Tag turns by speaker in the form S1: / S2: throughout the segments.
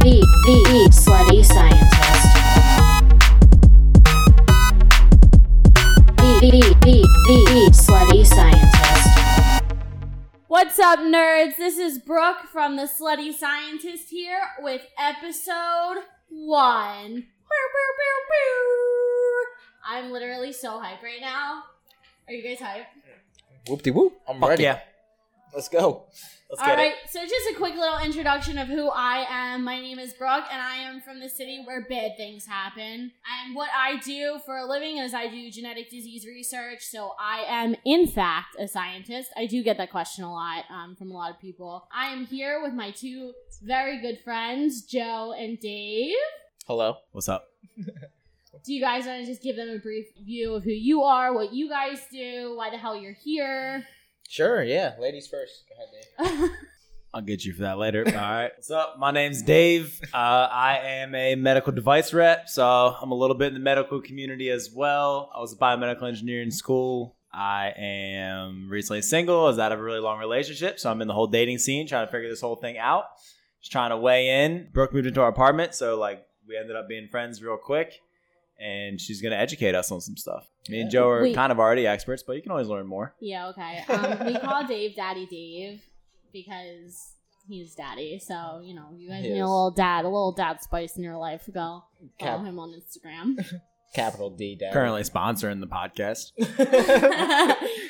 S1: The Slutty Scientist. The, the, the, the Slutty Scientist.
S2: What's up, nerds? This is Brooke from the Slutty Scientist here with episode one. Pew, pew, pew, pew. I'm literally so hyped right now. Are you guys hyped?
S3: Whoop de whoop.
S4: I'm
S3: Fuck
S4: ready.
S3: yeah.
S4: Let's go. Let's
S2: All
S4: get
S2: right, so just a quick little introduction of who I am. My name is Brooke, and I am from the city where bad things happen. And what I do for a living is I do genetic disease research. So I am, in fact, a scientist. I do get that question a lot um, from a lot of people. I am here with my two very good friends, Joe and Dave.
S4: Hello.
S5: What's up?
S2: Do you guys want to just give them a brief view of who you are, what you guys do, why the hell you're here?
S4: Sure. Yeah. Ladies first. Go ahead, Dave.
S5: I'll get you for that later. All right. What's up? My name's Dave. Uh, I am a medical device rep, so I'm a little bit in the medical community as well. I was a biomedical engineer in school. I am recently single. I was out of a really long relationship, so I'm in the whole dating scene trying to figure this whole thing out. Just trying to weigh in. Brooke moved into our apartment, so like we ended up being friends real quick. And she's gonna educate us on some stuff. Me and Joe are
S2: Wait.
S5: kind of already experts, but you can always learn more.
S2: Yeah, okay. Um, we call Dave Daddy Dave because he's daddy. So, you know, you guys
S4: He
S2: need
S4: is.
S2: a little dad, a little dad spice in your life. Go follow
S4: Cap-
S2: him on Instagram.
S4: capital D. Dad.
S5: Currently sponsoring the podcast.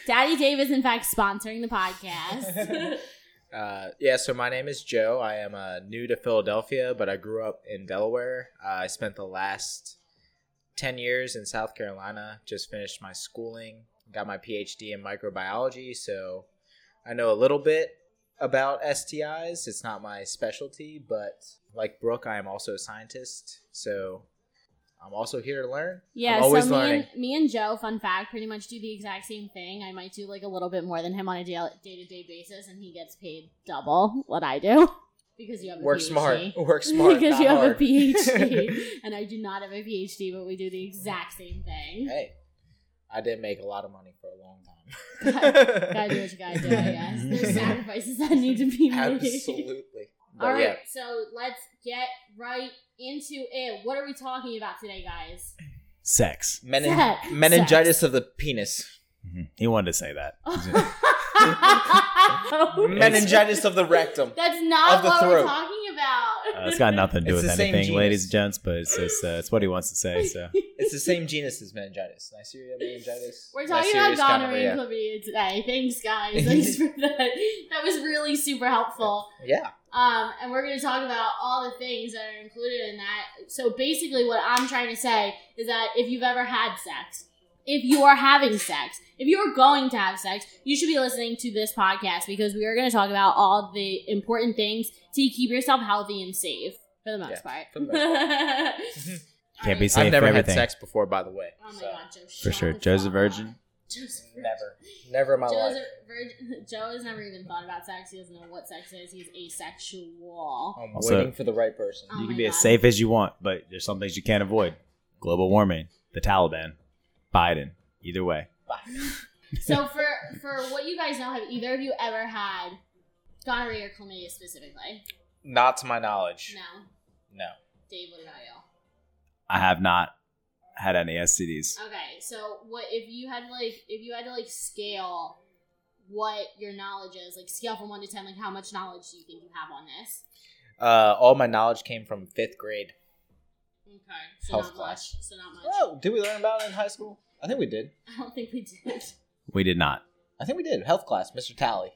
S2: daddy Dave is, in fact, sponsoring the podcast.
S4: Uh, yeah, so my name is Joe. I am uh, new to Philadelphia, but I grew up in Delaware. Uh, I spent the last 10 years in South Carolina, just finished my schooling, got my PhD in microbiology, so I know a little bit about STIs. It's not my specialty, but like Brooke, I am also a scientist, so I'm also here to learn.
S2: yeah,
S4: I'm always
S2: so
S4: learning.
S2: me and, me and Joe, fun fact, pretty much do the exact same thing. I might do like a little bit more than him on a day to day basis, and he gets paid double what I do because you have a
S4: Work
S2: PhD.
S4: smart. Work smart.
S2: because
S4: not
S2: you have a
S4: hard.
S2: PhD and I do not have a PhD, but we do the exact same thing.
S4: hey, I did make a lot of money for a long time.
S2: God- Gotta do what you gotta do, I guess. There's sacrifices that need to be made.
S4: Absolutely. But
S2: All right,
S4: yeah,
S2: so let's get right into it. What are we talking about today, guys?
S5: Sex.
S4: menin-
S2: Sex.
S4: meningitis of the penis.
S5: He wanted to say that.
S4: meningitis of the rectum.
S2: That's not
S4: Of the
S2: what we're
S4: throat.
S2: talking about.
S5: Uh, it's got nothing to do
S4: It's
S5: with
S4: the same
S5: anything,
S4: genus.
S5: ladies and gents, but it's just uh, it's what he wants to say. So
S4: It's the same genus as meningitis. Neisseria meningitis.
S2: We're talking
S4: Neisseria
S2: about gonorrhea and
S4: gonorrhea.
S2: chlamydia today. Thanks, guys. Thanks for that. That was really super helpful.
S4: Yeah.
S2: Um, and we're going to talk about all the things that are included in that. So basically, what I'm trying to say is that if you've ever had sex, if you are having sex, if you are going to have sex, you should be listening to this podcast because we are going to talk about all the important things to keep yourself healthy and safe for the most
S4: Yeah,
S2: part.
S4: for the
S5: can't be
S2: Alright.
S5: safe
S4: I've never
S5: for
S4: had
S5: everything
S4: sex before, by the way.
S2: Oh my
S4: so-
S2: God, Joe,
S5: for
S2: shut
S5: sure.
S2: the
S5: Joe's a
S2: fuck
S5: virgin.
S2: up. Joe's a virgin.
S4: Never. Never in my
S2: Joe's
S4: life.
S2: a virgin. Joe has never even thought about sex. He doesn't know what sex is. He's asexual.
S4: I'm
S5: Also-
S4: waiting for the right person.
S2: Oh
S5: You
S2: my
S5: can be
S2: God.
S5: as safe as you want, but there's some things you can't avoid: global warming, the Taliban, Biden. Either way,
S2: So for for what you guys know, have either of you ever had gonorrhea or chlamydia specifically?
S4: Not to my knowledge.
S2: No,
S4: No.
S2: Dave, what about you?
S5: I have not had any STDs.
S2: Okay, so what if you had like if you had to like scale what your knowledge is, like scale from one to ten, like how much knowledge do you think you have on this?
S4: Uh, all my knowledge came from fifth grade.
S2: Okay, so
S4: Health
S2: not
S4: class.
S2: much. So not much.
S4: Oh, did we learn about it in high school? I think we did.
S2: I don't think we did.
S5: We did not.
S4: I think we did. Health class, Mr. Tally.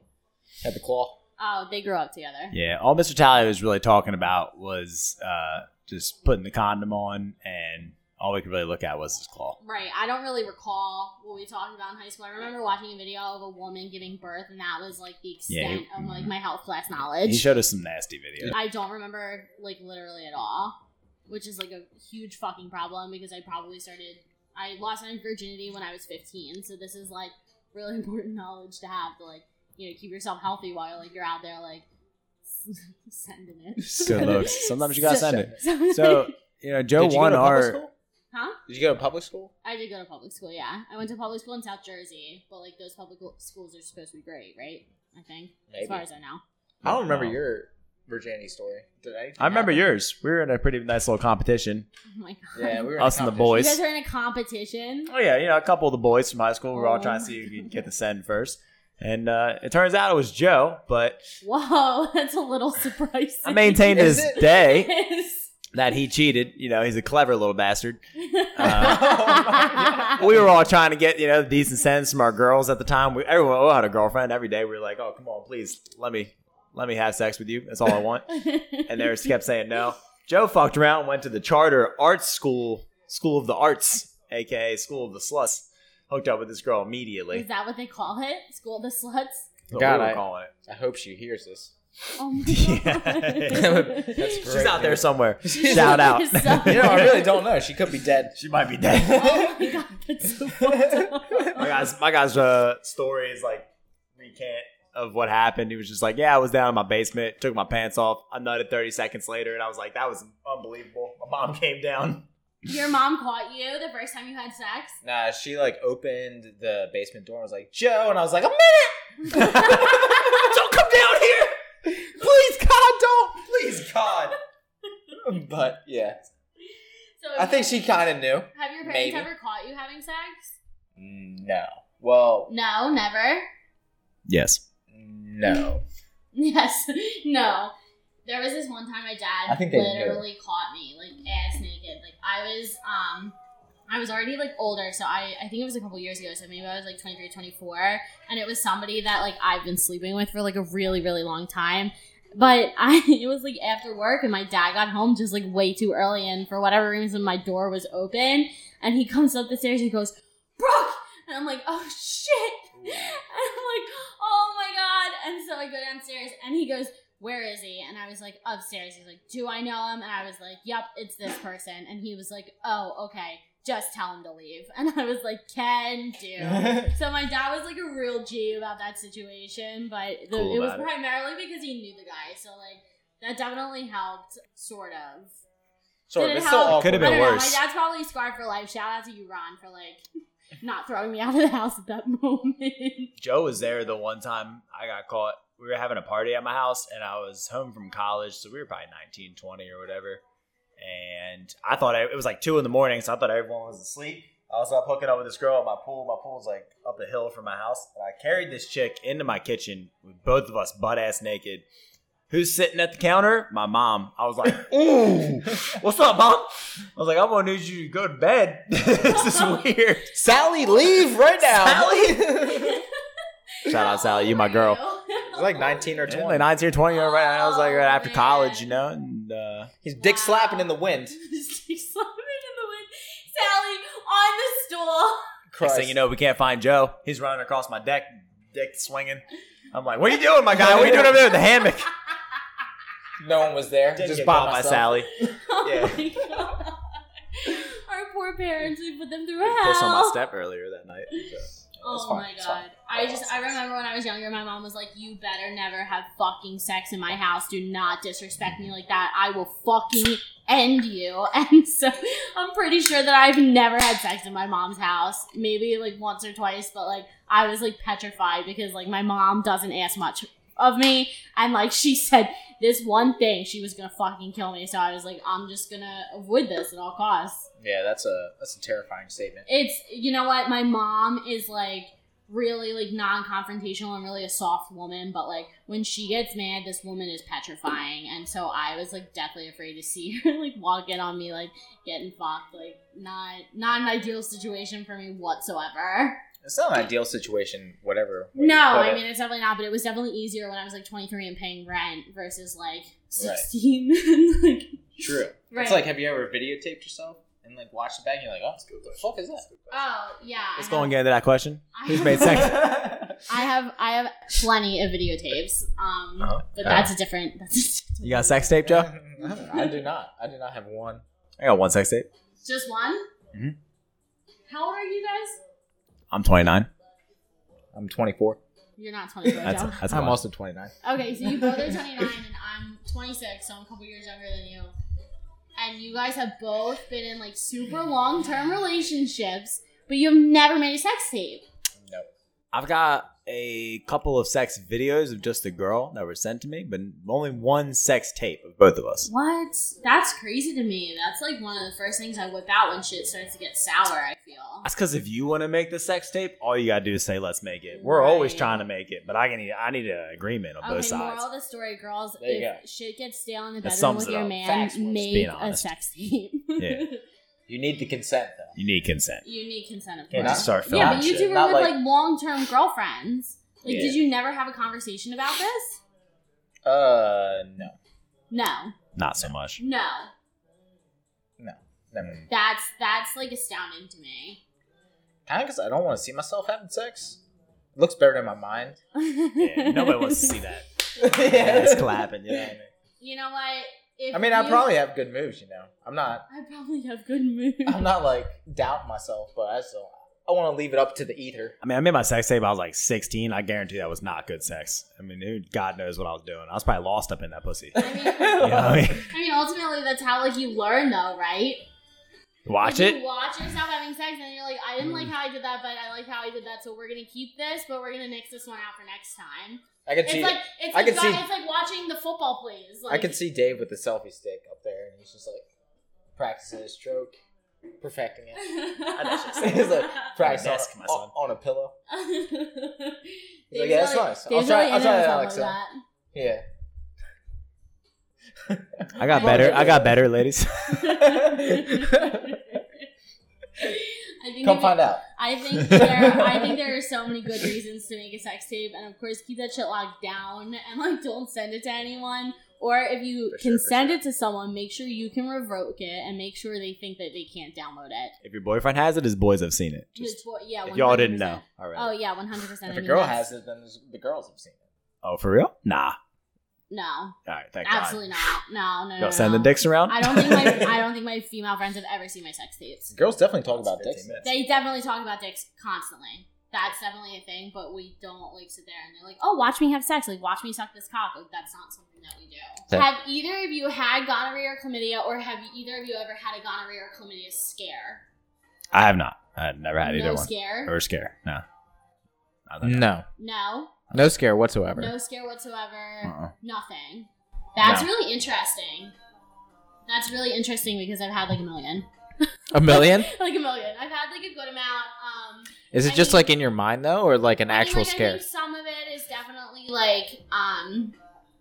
S4: Had the claw.
S2: Oh, they grew up together.
S5: Yeah, all Mr. Talley was really talking about was uh, just putting the condom on, and all we could really look at was his claw.
S2: Right. I don't really recall what we talked about in high school. I remember watching a video of a woman giving birth, and that was like the
S5: Yeah, he-
S2: extent of like my health class
S5: He
S2: knowledge.
S5: showed us some nasty videos.
S2: I don't remember like literally at all, which is like a huge fucking problem because I probably started. I lost my virginity when I was 15, so this is like really important knowledge to have to like you know keep yourself healthy while like you're out there like sending it.
S5: Good looks. Sometimes you gotta
S2: So-
S5: send
S2: So,
S5: it. So you know, Joe
S4: Did you go
S5: won
S4: to public
S5: our.
S4: school?
S2: huh?
S4: Did you go to public school?
S2: I did go to public school, yeah. I went to public school in South Jersey, but like those public schools are supposed to be great, right? I think, as
S4: Maybe.
S2: far as I know.
S4: I don't remember
S5: No.
S4: your virginity story. Did anything
S5: I remember
S4: happen?
S5: yours. We were in a pretty nice little competition.
S2: Oh my god.
S4: Yeah, we were in a
S5: Us and the
S4: competition.
S2: You
S5: boys.
S2: guys are in a competition.
S5: Oh yeah, you know, a couple of the boys from high school were all
S2: Oh.
S5: trying to see who could get the send first. And uh, it turns out it was Joe, but
S2: Whoa, that's a little surprising.
S5: I maintain to
S4: Is
S5: this
S4: it?
S5: day
S2: Yes.
S5: that he cheated. You know, he's a clever little bastard.
S4: Uh,
S5: We were all trying to get, you know, decent sends from our girls at the time. We, everyone oh, had a girlfriend every day. We were like, oh, come on, please, let me, let me have sex with you. That's all I want. and they were- kept saying no. Joe fucked around, went to the charter arts school, School of the Arts, aka School of the Sluts. Hooked up with this girl immediately.
S2: Is that what they call it? School of the sluts?
S5: That's what
S4: God,
S5: we were
S4: I-
S5: calling it.
S4: I hope she hears this.
S2: Oh my
S5: Yeah.
S2: god.
S4: That's
S5: She's out there
S4: dude.
S5: somewhere. Shout out.
S4: You know, I really don't know. She could be dead.
S5: She might be dead.
S2: Oh my god, that's so fucked up.
S4: Oh
S5: my guy's my guy's uh, story is like recant of what happened. He was just like, yeah, I was down in my basement, took my pants off. I nutted 30 seconds later, and I was like, that was unbelievable. My mom came down.
S2: Your mom caught you the first time you had sex?
S4: Nah, she like opened the basement door and was like, Joe. And I was like, I'm
S5: Don't come down here.
S4: Please, God, don't. Please, God. but yeah,
S2: So
S4: I think she kind of knew.
S2: Have your parents
S4: maybe.
S2: ever caught you having sex?
S4: No. Well,
S2: No, never.
S5: Yes.
S4: no.
S2: Yes, no. There was this one time my dad
S4: I think they knew.
S2: literally caught me like ass naked. Like I was um I was already like older, so I I think it was a couple years ago, so maybe I was like 23, 24, and it was somebody that like I've been sleeping with for like a really really long time. But I it was like after work and my dad got home just like way too early and for whatever reason my door was open and he comes up the stairs and he goes, "Brooke." And I'm like, "Oh shit." And I'm like, oh my god. And so I go downstairs and he goes, Where is he? And I was like, upstairs. He's like, Do I know him? And I was like, Yep, it's this person. And he was like, Oh, okay. Just tell him to leave. And I was like, Can do. so my dad was like a real G about that situation, but the,
S5: Cool
S2: it was
S5: about it.
S2: primarily because he knew the guy. So, like, that definitely helped, sort of.
S4: so
S2: Did it
S4: it's still
S2: help?
S4: awkward.
S5: Could've
S2: I
S5: been
S2: don't
S5: worse.
S2: Know, my dad's probably scarred for life. Shout out to you, Ron, for like not throwing me out of the house at that moment.
S5: Joe was there the one time I got caught. We were having a party at my house, and I was home from college, so we were probably 19, 20 or whatever. And I thought I, it was like two in the morning, so I thought everyone was asleep. I was up hooking up with this girl at my pool. My pool's like up a hill from my house, and I carried this chick into my kitchen with both of us butt ass naked. Who's sitting at the counter? My mom. I was like, "Ooh, what's up, mom?" I was like, "I'm gonna need you to go to bed. this is weird."
S4: Sally, leave right now. Sally.
S5: Shout out, Sally. You my
S2: How
S5: girl.
S2: old were you?
S4: It's like 19 or
S5: Yeah,
S4: 20.
S5: like 19 or 20 or right. I was like right
S2: Oh,
S5: after
S2: man.
S5: college, you know, and uh,
S4: He's dick slapping in the wind.
S2: She's slapping in the wind. Sally on the stool.
S5: next
S4: Christ.
S5: thing you know, we can't find Joe. He's running across my deck, dick swinging. I'm like, what are you doing, my guy? What are you doing over there in the hammock?
S4: no one was there.
S5: Just
S4: Just
S5: bought
S4: by
S5: my
S4: myself.
S5: Sally.
S2: Oh
S4: Yeah.
S2: my god. Our poor parents, we put them through
S5: Pissed on my
S2: hell.
S5: step earlier that night.
S2: Oh
S4: fine,
S2: my
S4: it's fine.
S2: god. I just, I remember when I was younger, my mom was like, You better never have fucking sex in my house. Do not disrespect me like that. I will fucking end you. And so I'm pretty sure that I've never had sex in my mom's house. Maybe like once or twice, but like I was like petrified because like my mom doesn't ask much of me. And like she said this one thing, she was gonna fucking kill me. So I was like, I'm just gonna avoid this at all costs.
S4: Yeah, that's a that's a terrifying statement.
S2: It's you know what my mom is like really like non-confrontational and really a soft woman but like when she gets mad this woman is petrifying and so i was like deathly afraid to see her like walk in on me like getting fucked like not not an ideal situation for me whatsoever
S4: It's not an ideal situation, whatever. way you
S2: no
S4: put
S2: i
S4: it.
S2: mean it's definitely not but it was definitely easier when i was like 23 and paying rent versus like 16 and, like
S4: True.
S2: Right.
S4: It's like, have you ever videotaped yourself and like watched it back? And you're like, oh, what the fuck is that?
S2: oh yeah
S5: Let's
S2: I
S5: go and
S2: have-
S5: get into that question.
S2: I
S5: Who's
S2: have-
S5: made sex?
S2: I have I have plenty of videotapes, um,
S5: Oh,
S4: Uh-huh.
S2: but that's a different. That's a
S5: You got a sex tape, Joe?
S4: I do not. I do not have one.
S5: I got one sex tape.
S2: just one.
S5: Mhm.
S2: How old are you guys?
S5: I'm 29.
S4: I'm 24.
S2: You're not 24,
S5: That's
S2: Joe.
S5: that's a
S4: I'm
S5: lot.
S4: also 29.
S2: Okay, so you both are 29 and I'm 26, so I'm a couple years younger than you. And you guys have both been in like super long term relationships, but you've never made a sex tape.
S4: No.
S5: I've got a couple of sex videos of just a girl that were sent to me, but only one sex tape of both of us.
S2: What? That's crazy to me. That's like one of the first things I whip out when shit starts to get sour, I feel.
S5: That's because if you want to make the sex tape, all you gotta do is say, "Let's make it." We're always
S2: Right.
S5: trying to make it, but I can I need an agreement on both
S2: Okay,
S5: sides.
S2: moral of the story, girls,
S5: There you
S2: if shit gets stale in the
S5: That
S2: bedroom
S5: sums
S2: with
S5: it
S2: your
S5: up.
S2: man,
S4: Facts, we're just
S2: make
S5: being
S2: a
S5: honest.
S2: sex tape.
S5: Yeah.
S4: You need the consent though.
S5: You need consent.
S2: you need consent, of
S4: Yeah,
S5: Can't
S2: course.
S5: just start filming
S2: Yeah, but you
S5: shit.
S2: two were
S4: Not
S2: with
S4: like-
S2: like, long term girlfriends. Like,
S4: Yeah.
S2: did you never have a conversation about this?
S4: Uh, no,
S2: No,
S5: Not so much.
S2: no.
S4: never.
S2: That's that's like astounding to me.
S4: Kind of because I don't want to see myself having sex. looks better in my mind.
S5: Yeah, nobody wants to see that.
S4: it's
S5: clapping, you know what I mean?
S2: You know what? If
S4: I mean, I
S2: you-
S4: probably have good moves. You know, I'm not.
S2: I probably have good mood.
S4: I'm not like doubting myself, but I still. I want to leave it up to the ether.
S5: I mean, I made my sex tape. I was like 16. I guarantee that was not good sex. I mean, dude, God knows what I was doing. I was probably lost up in that pussy.
S2: I mean,
S5: You know what I mean?
S2: I mean, ultimately, that's how like you learn, though, right?
S5: Watch
S2: Like,
S5: it.
S2: You watch yourself having sex, and you're like, I didn't
S4: Mm.
S2: like how I did that, but I like how I did that. So we're gonna keep this, but we're gonna nix this one out for next time.
S4: I can
S2: It's
S4: see.
S2: like it's
S4: I
S2: like,
S4: can
S2: go-
S4: see-
S2: it's like watching the football plays. Like,
S4: I can see Dave with the selfie stick up there, and he's just like practicing his stroke, perfecting it. He's like practicing on,
S5: desk, my
S4: a-
S5: son.
S4: on a pillow.
S2: Dave's
S4: like, yeah, that's nice. I'll
S2: Dave's
S4: try-
S2: really
S4: I'll try
S2: into
S4: it,
S2: stuff
S4: Alexa.
S2: Like that.
S4: Yeah.
S5: I got better. I got better, ladies.
S2: I think
S4: Come
S2: that-
S4: find out.
S2: I think there I think there are so many good reasons to make a sex tape and of course keep that shit locked down and like don't send it to anyone. Or if you
S4: For sure,
S2: can
S4: for
S2: send
S4: sure.
S2: it to someone, make sure you can revoke it and make sure they think that they can't download it.
S5: If your boyfriend has it, his boys have seen it.
S2: Which,
S5: Just,
S2: well, yeah,
S5: if y'all didn't
S2: 100%.
S5: know. All right.
S2: Oh yeah, one hundred percent.
S4: If a girl has it, then there's- the girls have seen it.
S5: Oh, for real? Nah.
S2: no,
S5: All right. Thank
S2: absolutely not. No, no, no.
S5: God. Y'all
S2: no,
S5: send the
S2: no.
S5: dicks around?
S2: I don't think my I don't think my female friends have ever seen my sex tapes.
S4: Girls definitely talk about dicks.
S2: They definitely talk about dicks constantly. That's definitely a thing, but we don't like sit there and they're like, "Oh, watch me have sex. Like, watch me suck this cock." Like, that's not something that we do.
S5: Okay.
S2: Have either of you had gonorrhea or chlamydia, or have either of you ever had a gonorrhea or chlamydia scare?
S5: I have not. I've never had either
S2: no
S5: one.
S2: scare.
S5: Or scare. No. I don't know.
S4: No,
S2: no,
S4: no scare whatsoever.
S2: no scare whatsoever.
S5: Uh-uh.
S2: Nothing. That's
S5: No.
S2: really interesting. That's really interesting because I've had like a million,
S4: A million?
S2: like a million. I've had like a good amount. Um,
S4: Is
S2: it just, like,
S4: in your mind though, or like an
S2: I mean, like, I think some of it is definitely like, um,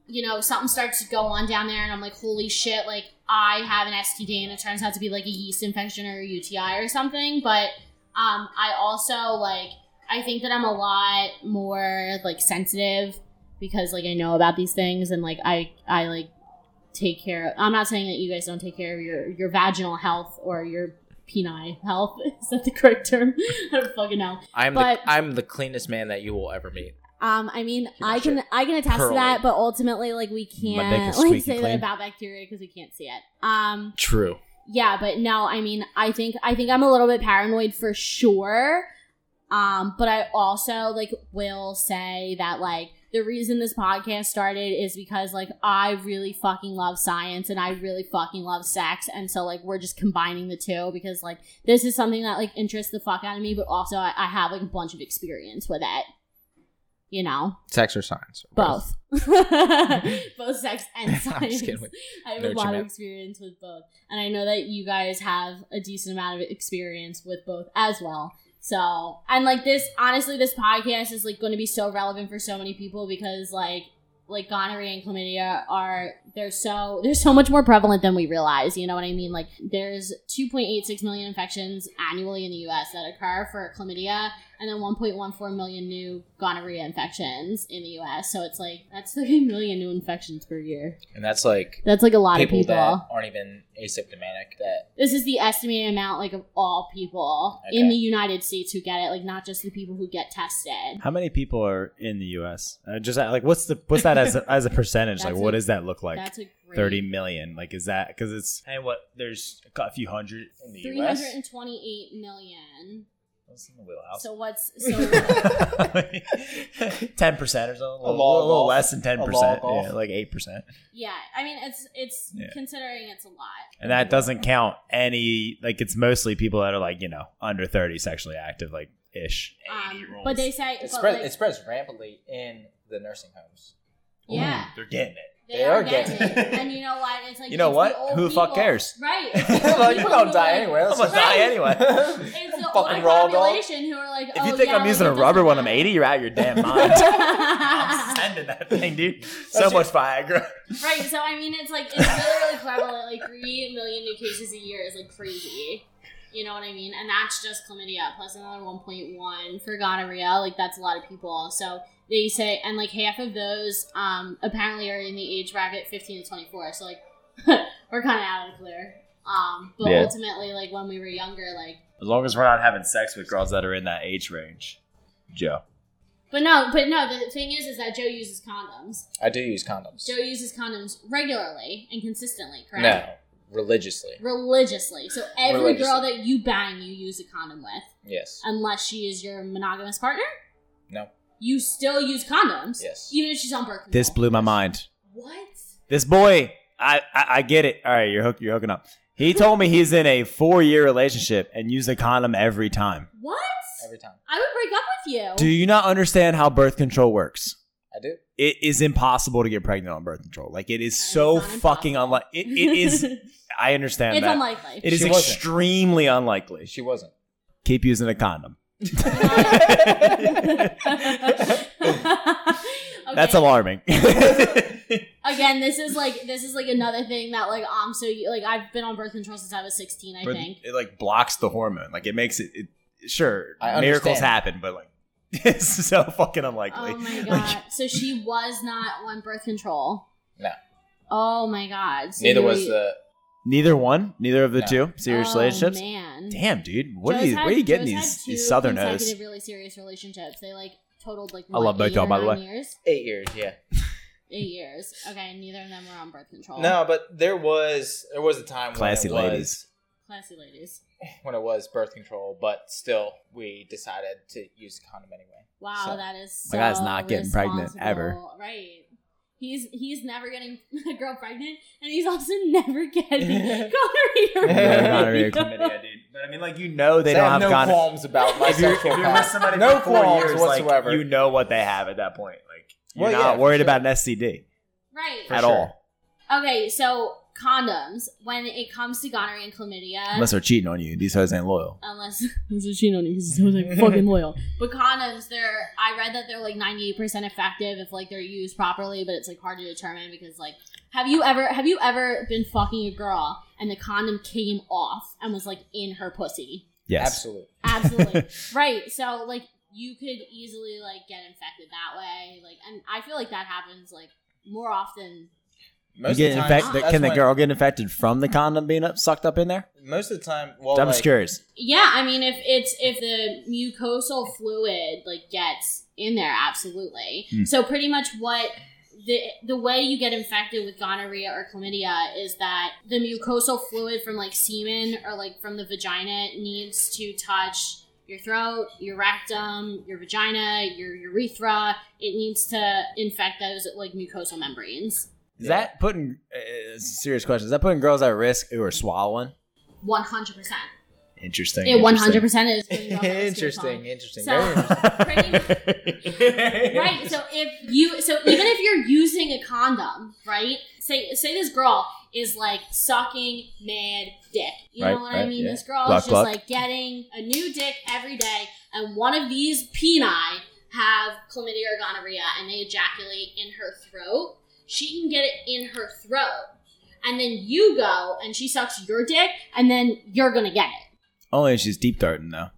S2: you know, something starts to go on down there, and I'm like, holy shit, like I have an STD, and it turns out to be like a yeast infection or a UTI or something. But um, I also like, I think that I'm a lot more like sensitive because like I know about these things, and like I, I like take care. I'm not saying that you guys don't take care of your your vaginal health or your penile health. Is that the correct term? I don't fucking know.
S4: I'm
S2: but-
S4: the I'm the cleanest man that you will ever meet.
S2: Um, I mean,
S4: that
S2: I can
S4: shit.
S2: I can attest
S4: Pearly.
S2: to that, but ultimately, like we can't
S5: is
S2: like
S5: squeaky
S2: say that
S5: clean.
S2: about bacteria because we can't see it. Um,
S4: True.
S2: yeah, but no, I mean, I think I think I'm a little bit paranoid for sure. Um, but I also like will say that like the reason this podcast started is because like I really fucking love science and I really fucking love sex, and so like we're just combining the two because like this is something that like interests the fuck out of me, but also I, I have like a bunch of experience with it. You know
S4: Sex or science?
S2: both both sex and
S4: I'm just
S2: science
S4: kidding with-
S2: I have
S4: know
S2: a
S4: what
S2: lot
S4: you
S2: of
S4: meant.
S2: experience with both and i know that you guys have a decent amount of experience with both as well so and like this honestly this podcast is like going to be so relevant for so many people because like like gonorrhea and chlamydia are they're so they're so much more prevalent than we realize you know what i mean like there's 2.86 million infections annually in the us that occur for chlamydia and then 1.14 million new gonorrhea infections in the us so it's like that's 30 million new infections per year
S4: And that's like
S2: that's like a lot
S4: people,
S2: of people
S4: that aren't even asymptomatic. That
S2: this is the estimated amount like of all people
S4: Okay.
S2: in the united states who get it like not just the people who get tested
S5: How many people are in the U.S.? Uh, just uh, like what's the what's that as a, as a percentage? like
S2: That's
S5: what
S2: a-
S5: does that look like?
S2: that's a great
S5: Thirty million. Like is that because it's and what there's a cou- a few hundred in the U.S.
S2: 328 million
S5: That's in the wheelhouse.
S2: so what's so
S5: Ten percent or something. A little,
S4: log
S5: a little
S4: off.
S5: less than ten
S4: A log
S5: percent.
S4: off.
S5: Yeah, like eight percent.
S2: Yeah, I mean it's it's
S5: Yeah.
S2: considering it's a lot.
S5: And that doesn't count any like it's mostly people that are like, you know, under thirty sexually active, like ish.
S2: Um,
S3: Eighty
S2: but they
S3: rolls.
S2: say,
S4: It,
S2: but
S4: spread,
S2: like,
S4: it spreads rampantly in the nursing homes.
S2: yeah,
S5: Mm.
S3: They're getting it.
S2: they,
S4: they
S2: are
S4: are
S2: getting
S3: getting
S2: it.
S3: it.
S2: and you know what? It's like
S5: You know
S2: it's
S5: what?
S2: the old
S5: Who the fuck
S2: people-
S5: cares?
S2: Right? It's the old
S4: well, you're
S2: people
S4: gonna
S2: who
S4: die
S2: are like-
S4: anyway. That's
S5: I'm gonna die
S4: fine.
S5: anyway.
S2: It's the
S4: Fucking
S2: older
S4: raw dog.
S2: population who are like,
S5: If you
S2: "Oh,
S5: think
S2: yeah,
S5: I'm using a
S2: like, it
S5: rubber when I'm
S2: doesn't
S5: 80, you're out of your damn mind.
S2: matter."
S5: I'm sending that thing, dude. So
S4: That's
S5: much Viagra.
S2: Right, so I mean, it's like it's really, really prevalent. Like three million new cases a year is like crazy. You know what I mean? And that's just chlamydia plus another one point one for gonorrhea. Like that's a lot of people. So they say, and like half of those um, apparently are in the age bracket fifteen to twenty four. So like we're kind of out of the clear. Um, but
S5: Yeah.
S2: ultimately, like when we were younger, like
S5: As long as we're not having sex with girls that are in that age range, Joe.
S2: but no, but no. The thing is, is that Joe uses condoms.
S4: I do use condoms.
S2: Joe uses condoms regularly and consistently. Correct.
S4: No, religiously.
S2: religiously. So every
S4: Religiously.
S2: girl that you bang, you use a condom with,
S4: Yes.
S2: unless she is your monogamous partner.
S4: No.
S2: You still use condoms,
S4: Yes.
S2: even if she's on birth control.
S5: This blew my mind.
S2: What?
S5: This boy, I, I, I get it. All right, you're hook, you're hooking up. He told me he's in a four year relationship and used a condom every time.
S2: What?
S4: Every time.
S2: I would break up with you.
S5: Do you not understand how birth control works?
S4: I do.
S5: It is impossible to get pregnant on birth control. Like it is
S2: That is
S5: so
S2: not
S5: fucking
S2: impossible.
S5: unlike. It, it is.
S2: it's
S5: I understand that.
S2: unlikely.
S5: It is
S4: She wasn't.
S5: extremely unlikely.
S4: She wasn't.
S5: Keep using a condom.
S2: Okay.
S5: That's alarming.
S2: Again, this is like this is like another thing that like I'm so like I've been on birth control since I was 16, I
S5: But
S2: think.
S5: it like blocks the hormone. Like it makes it. it sure,
S4: I
S5: miracles
S4: understand.
S5: happen, but like it's so fucking unlikely.
S2: Oh my god!
S5: Like,
S2: so she was not on birth control.
S4: No.
S2: Oh my god! So
S4: Neither
S2: you-
S4: was the.
S5: neither one, neither of the
S4: No.
S5: two uh, serious
S2: oh,
S5: relationships.
S2: Man,
S5: Damn, dude, what
S2: Joe's
S5: are you?
S2: had-
S5: where are you getting
S2: Joe's had
S5: these,
S2: two
S5: these southern
S2: consecutive
S5: O's?
S2: Really serious relationships. They like totaled like.
S5: I
S2: what,
S5: love both
S2: eight
S5: y'all,
S2: or
S5: by the
S2: nine
S5: way.
S2: Years,
S4: Eight years, yeah.
S2: eight years. Okay, neither of them were on birth control.
S4: No, but there was there was a time
S5: Classy
S4: when it
S5: ladies.
S2: classy ladies.
S4: was when it was birth control, but still we decided to use a condom anyway.
S2: Wow,
S4: So-
S2: that is. So
S5: My guy's not getting pregnant
S2: responsible.
S5: ever.
S2: Right. He's he's never getting a girl pregnant, and he's also never getting gonorrhea.
S5: Yeah, gonorrhea,
S2: chlamydia,
S5: dude. But I mean, like you know, they
S4: So I
S5: don't have
S4: no
S5: gonorrhea.
S4: qualms about my
S5: If you're,
S4: sexual
S5: if you're with
S4: past.
S5: somebody
S4: No
S5: for four
S4: qualms
S5: years,
S4: whatsoever.
S5: Like, you know what they have at that point. Like you're
S4: Well,
S5: not
S4: yeah, for
S5: worried
S4: sure.
S5: about an STD
S2: right.
S4: For
S5: at
S4: sure.
S5: all,
S2: Okay, so condoms. When it comes to gonorrhea and chlamydia,
S5: unless they're cheating on you. These hoes ain't loyal.
S2: unless this is cheating on you because he's like fucking loyal. But condoms, they're I read that they're like ninety eight percent effective if like they're used properly, but it's like hard to determine because like have you ever have you ever been fucking a girl and the condom came off and was like in her pussy?
S5: Yes,
S4: Absolutely.
S2: Absolutely. right. So like you could easily like get infected that way. Like and I feel like that happens like more often.
S5: You
S4: Most
S5: get
S4: of the time,
S5: infect-
S4: that's
S5: can the
S4: when-
S5: girl get infected from the condom being up, sucked up in there?
S4: Most of the time, well,
S5: I'm
S4: Oh, like,
S5: just curious.
S2: Yeah, I mean if it's if the mucosal fluid like gets in there, absolutely.
S5: Hmm.
S2: So pretty much what the the way you get infected with gonorrhea or chlamydia is that the mucosal fluid from like semen or like from the vagina needs to touch your throat, your rectum, your vagina, your urethra. It needs to infect those like mucosal membranes.
S5: Is that putting uh, it's a serious question? Is that putting girls at risk who are swallowing?
S2: One hundred percent.
S5: Interesting.
S2: It one hundred percent is when you go for this
S4: interesting, interesting.
S2: So-
S4: Very interesting.
S2: right so if you so even if you're using a condom right say say this girl is like sucking mad dick you
S5: Right,
S2: know what i
S5: right,
S2: mean
S5: yeah.
S2: this girl
S5: Gluck,
S2: is just
S5: gluck.
S2: like getting a new dick every day and one of these peni have chlamydia or gonorrhea and they ejaculate in her throat she can get it in her throat and then you go and she sucks your dick and then you're gonna get it
S5: Only if she's deep darting though.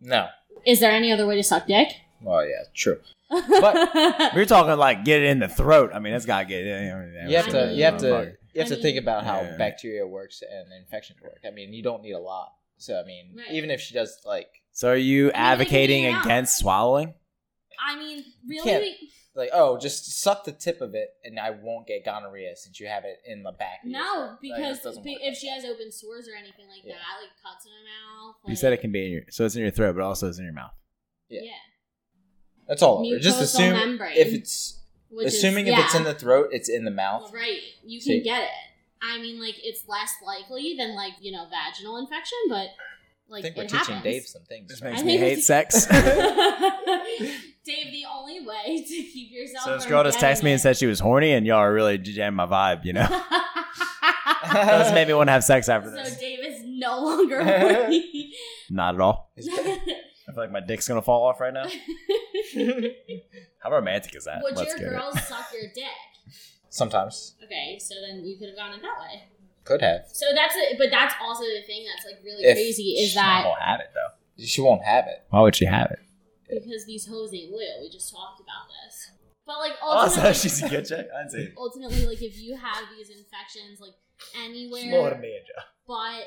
S4: No.
S2: is there any other way to suck dick
S4: Well, yeah, true.
S5: We We're talking like get it in the throat. I mean, that's gotta get.
S4: You have to, you have to, you have
S2: I
S4: to
S2: mean-
S4: think about how
S5: Yeah.
S4: bacteria works and infections work. I mean, you don't need a lot. So I mean,
S2: Right.
S4: even if she does like,
S5: So are you advocating
S2: it out.
S5: against swallowing?
S2: i mean really
S4: Can't-
S2: we-
S4: like, oh, just suck the tip of it, and I won't get gonorrhea since you have it in the back. of your throat.
S2: No,
S4: Like,
S2: because
S4: it doesn't
S2: be-
S4: work
S2: if
S4: like
S2: she
S4: that.
S2: has open sores or anything like
S4: Yeah.
S2: that, like cuts in her mouth. Like,
S5: You said it can be in your. So it's in your throat, but also it's in your mouth.
S2: Yeah.
S4: that's all. Over. Just
S2: Mucosal
S4: assume
S2: membrane,
S4: if it's
S2: Which is-
S4: assuming if
S2: yeah,
S4: it's in the throat, it's in the mouth.
S2: right, you can
S4: See.
S2: get it. I mean, like it's less likely than like you know vaginal infection, but Like
S4: I think we're
S2: it
S4: teaching
S2: happens.
S4: Dave some things.
S5: This
S4: right?
S5: makes
S2: I
S5: me
S2: think
S5: hate
S2: it's-
S5: sex.
S2: Dave, the only way to keep yourself.
S5: so this
S2: from
S5: girl just
S2: getting
S5: texted me and
S2: it-
S5: said she was horny, and y'all are really jamming my vibe. You know, that just made me want to have sex after
S2: so
S5: this.
S2: Dave is no longer horny.
S5: Not at all. I feel like my dick's gonna fall off right now. How romantic is that?
S2: Would
S5: Let's
S2: your
S5: get it.
S2: girls suck your dick?
S4: Sometimes
S2: Okay, so then you could have gone it that way.
S4: could have.
S2: So that's it, but that's also the thing that's like really
S4: If-
S2: crazy is
S5: She
S2: that
S5: won't have it though.
S4: She won't have it.
S5: Why would she have it?
S2: because these hoes ain't loyal. We just talked about this, but like ultimately,
S5: Also, Oh, she's a good chick. I'd say.
S2: ultimately, like if you have these infections, like anywhere,
S5: me and Joe.
S2: but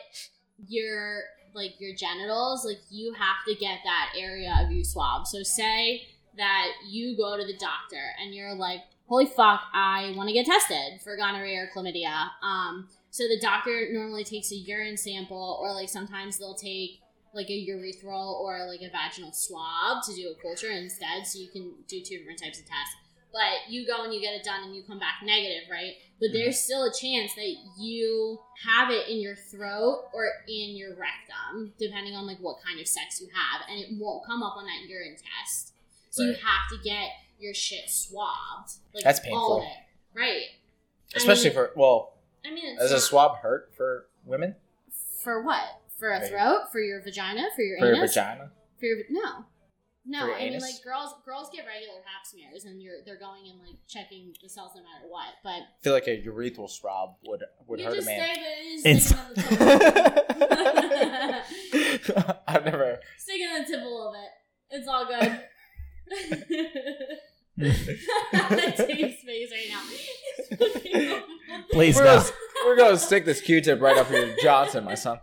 S2: your like your genitals, like you have to get that area of you swab. So say that you go to the doctor and you're like, "Holy fuck, I want to get tested for gonorrhea or chlamydia." Um, so the doctor normally takes a urine sample, or like sometimes they'll take like a urethral or like a vaginal swab to do a culture instead, so you can do two different types of tests. But you go and you get it done and you come back negative, right? But there's still a chance that you have it in your throat or in your rectum, depending on like what kind of sex you have, and it won't come up on that urine test. So you
S4: Right.
S2: have to get your shit swabbed. Like
S4: That's
S2: All of
S4: painful.
S2: it. Right.
S4: Especially
S2: I mean,
S4: for well,
S2: I mean, it's
S4: does a
S2: not-
S4: swab hurt for women?
S2: for what? For a
S4: Right.
S2: throat? For your vagina? For your
S4: For your
S2: anus?
S4: vagina?
S2: For your, no. No,
S4: For your
S2: I mean
S4: anus?
S2: like girls girls get regular pap smears and you're they're going and like checking the cells no matter what. But
S4: I feel like a urethral swab would would
S2: you
S4: hurt a
S2: just
S4: man.
S2: stay there,
S5: It's-
S2: sticking on the tip a
S4: I've never.
S2: stick it in the tip a little bit. It's all good. Dave's face right now. It's fucking awful.
S5: Please
S4: We're
S5: no.
S4: gonna, we're gonna stick this Q-tip right up your Johnson, my son.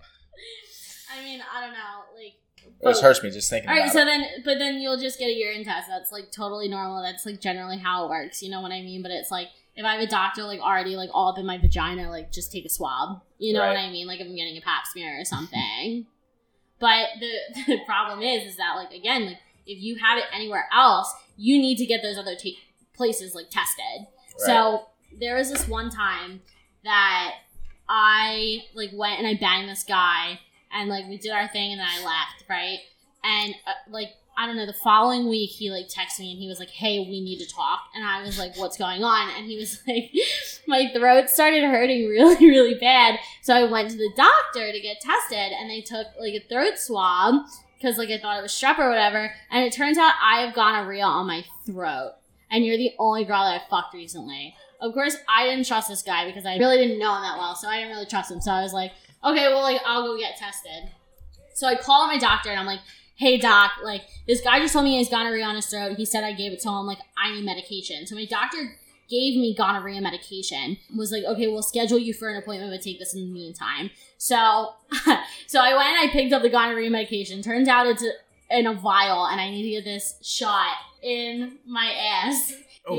S2: I mean, I don't know, like
S4: It just hurts me just thinking
S2: All right,
S4: about
S2: so
S4: it.
S2: then, but then you'll just get a urine test. That's like totally normal. That's like generally how it works. You know what I mean? But it's like if I have a doctor like already like all up in my vagina, like just take a swab. You know what
S4: Right.
S2: I mean? Like if I'm getting a pap smear or something. but the the problem is, is that like again, like if you have it anywhere else, you need to get those other ta places like tested.
S4: Right.
S2: So there was this one time that I like went and I banged this guy, and like we did our thing, and then I left, right? And uh, like I don't know, the following week he like texted me and he was like, "Hey, we need to talk," and I was like, "What's going on?" And he was like, "My throat started hurting really, really bad," so I went to the doctor to get tested, and they took like a throat swab because like I thought it was strep or whatever, and it turns out I have gonorrhea on my throat and you're the only girl that I fucked recently. Of course, I didn't trust this guy because I really didn't know him that well, so I didn't really trust him. So I was like, okay, well, like I'll go get tested. So I call my doctor and I'm like, hey doc, like this guy just told me he's gonorrhea on his throat. He said I gave it to him. Like I need medication. So my doctor gave me gonorrhea medication. Was like, okay, we'll schedule you for an appointment, but take this in the meantime. So, so I went and I picked up the gonorrhea medication. Turns out it's in a vial, and I need to get this shot in my ass.
S4: Oh.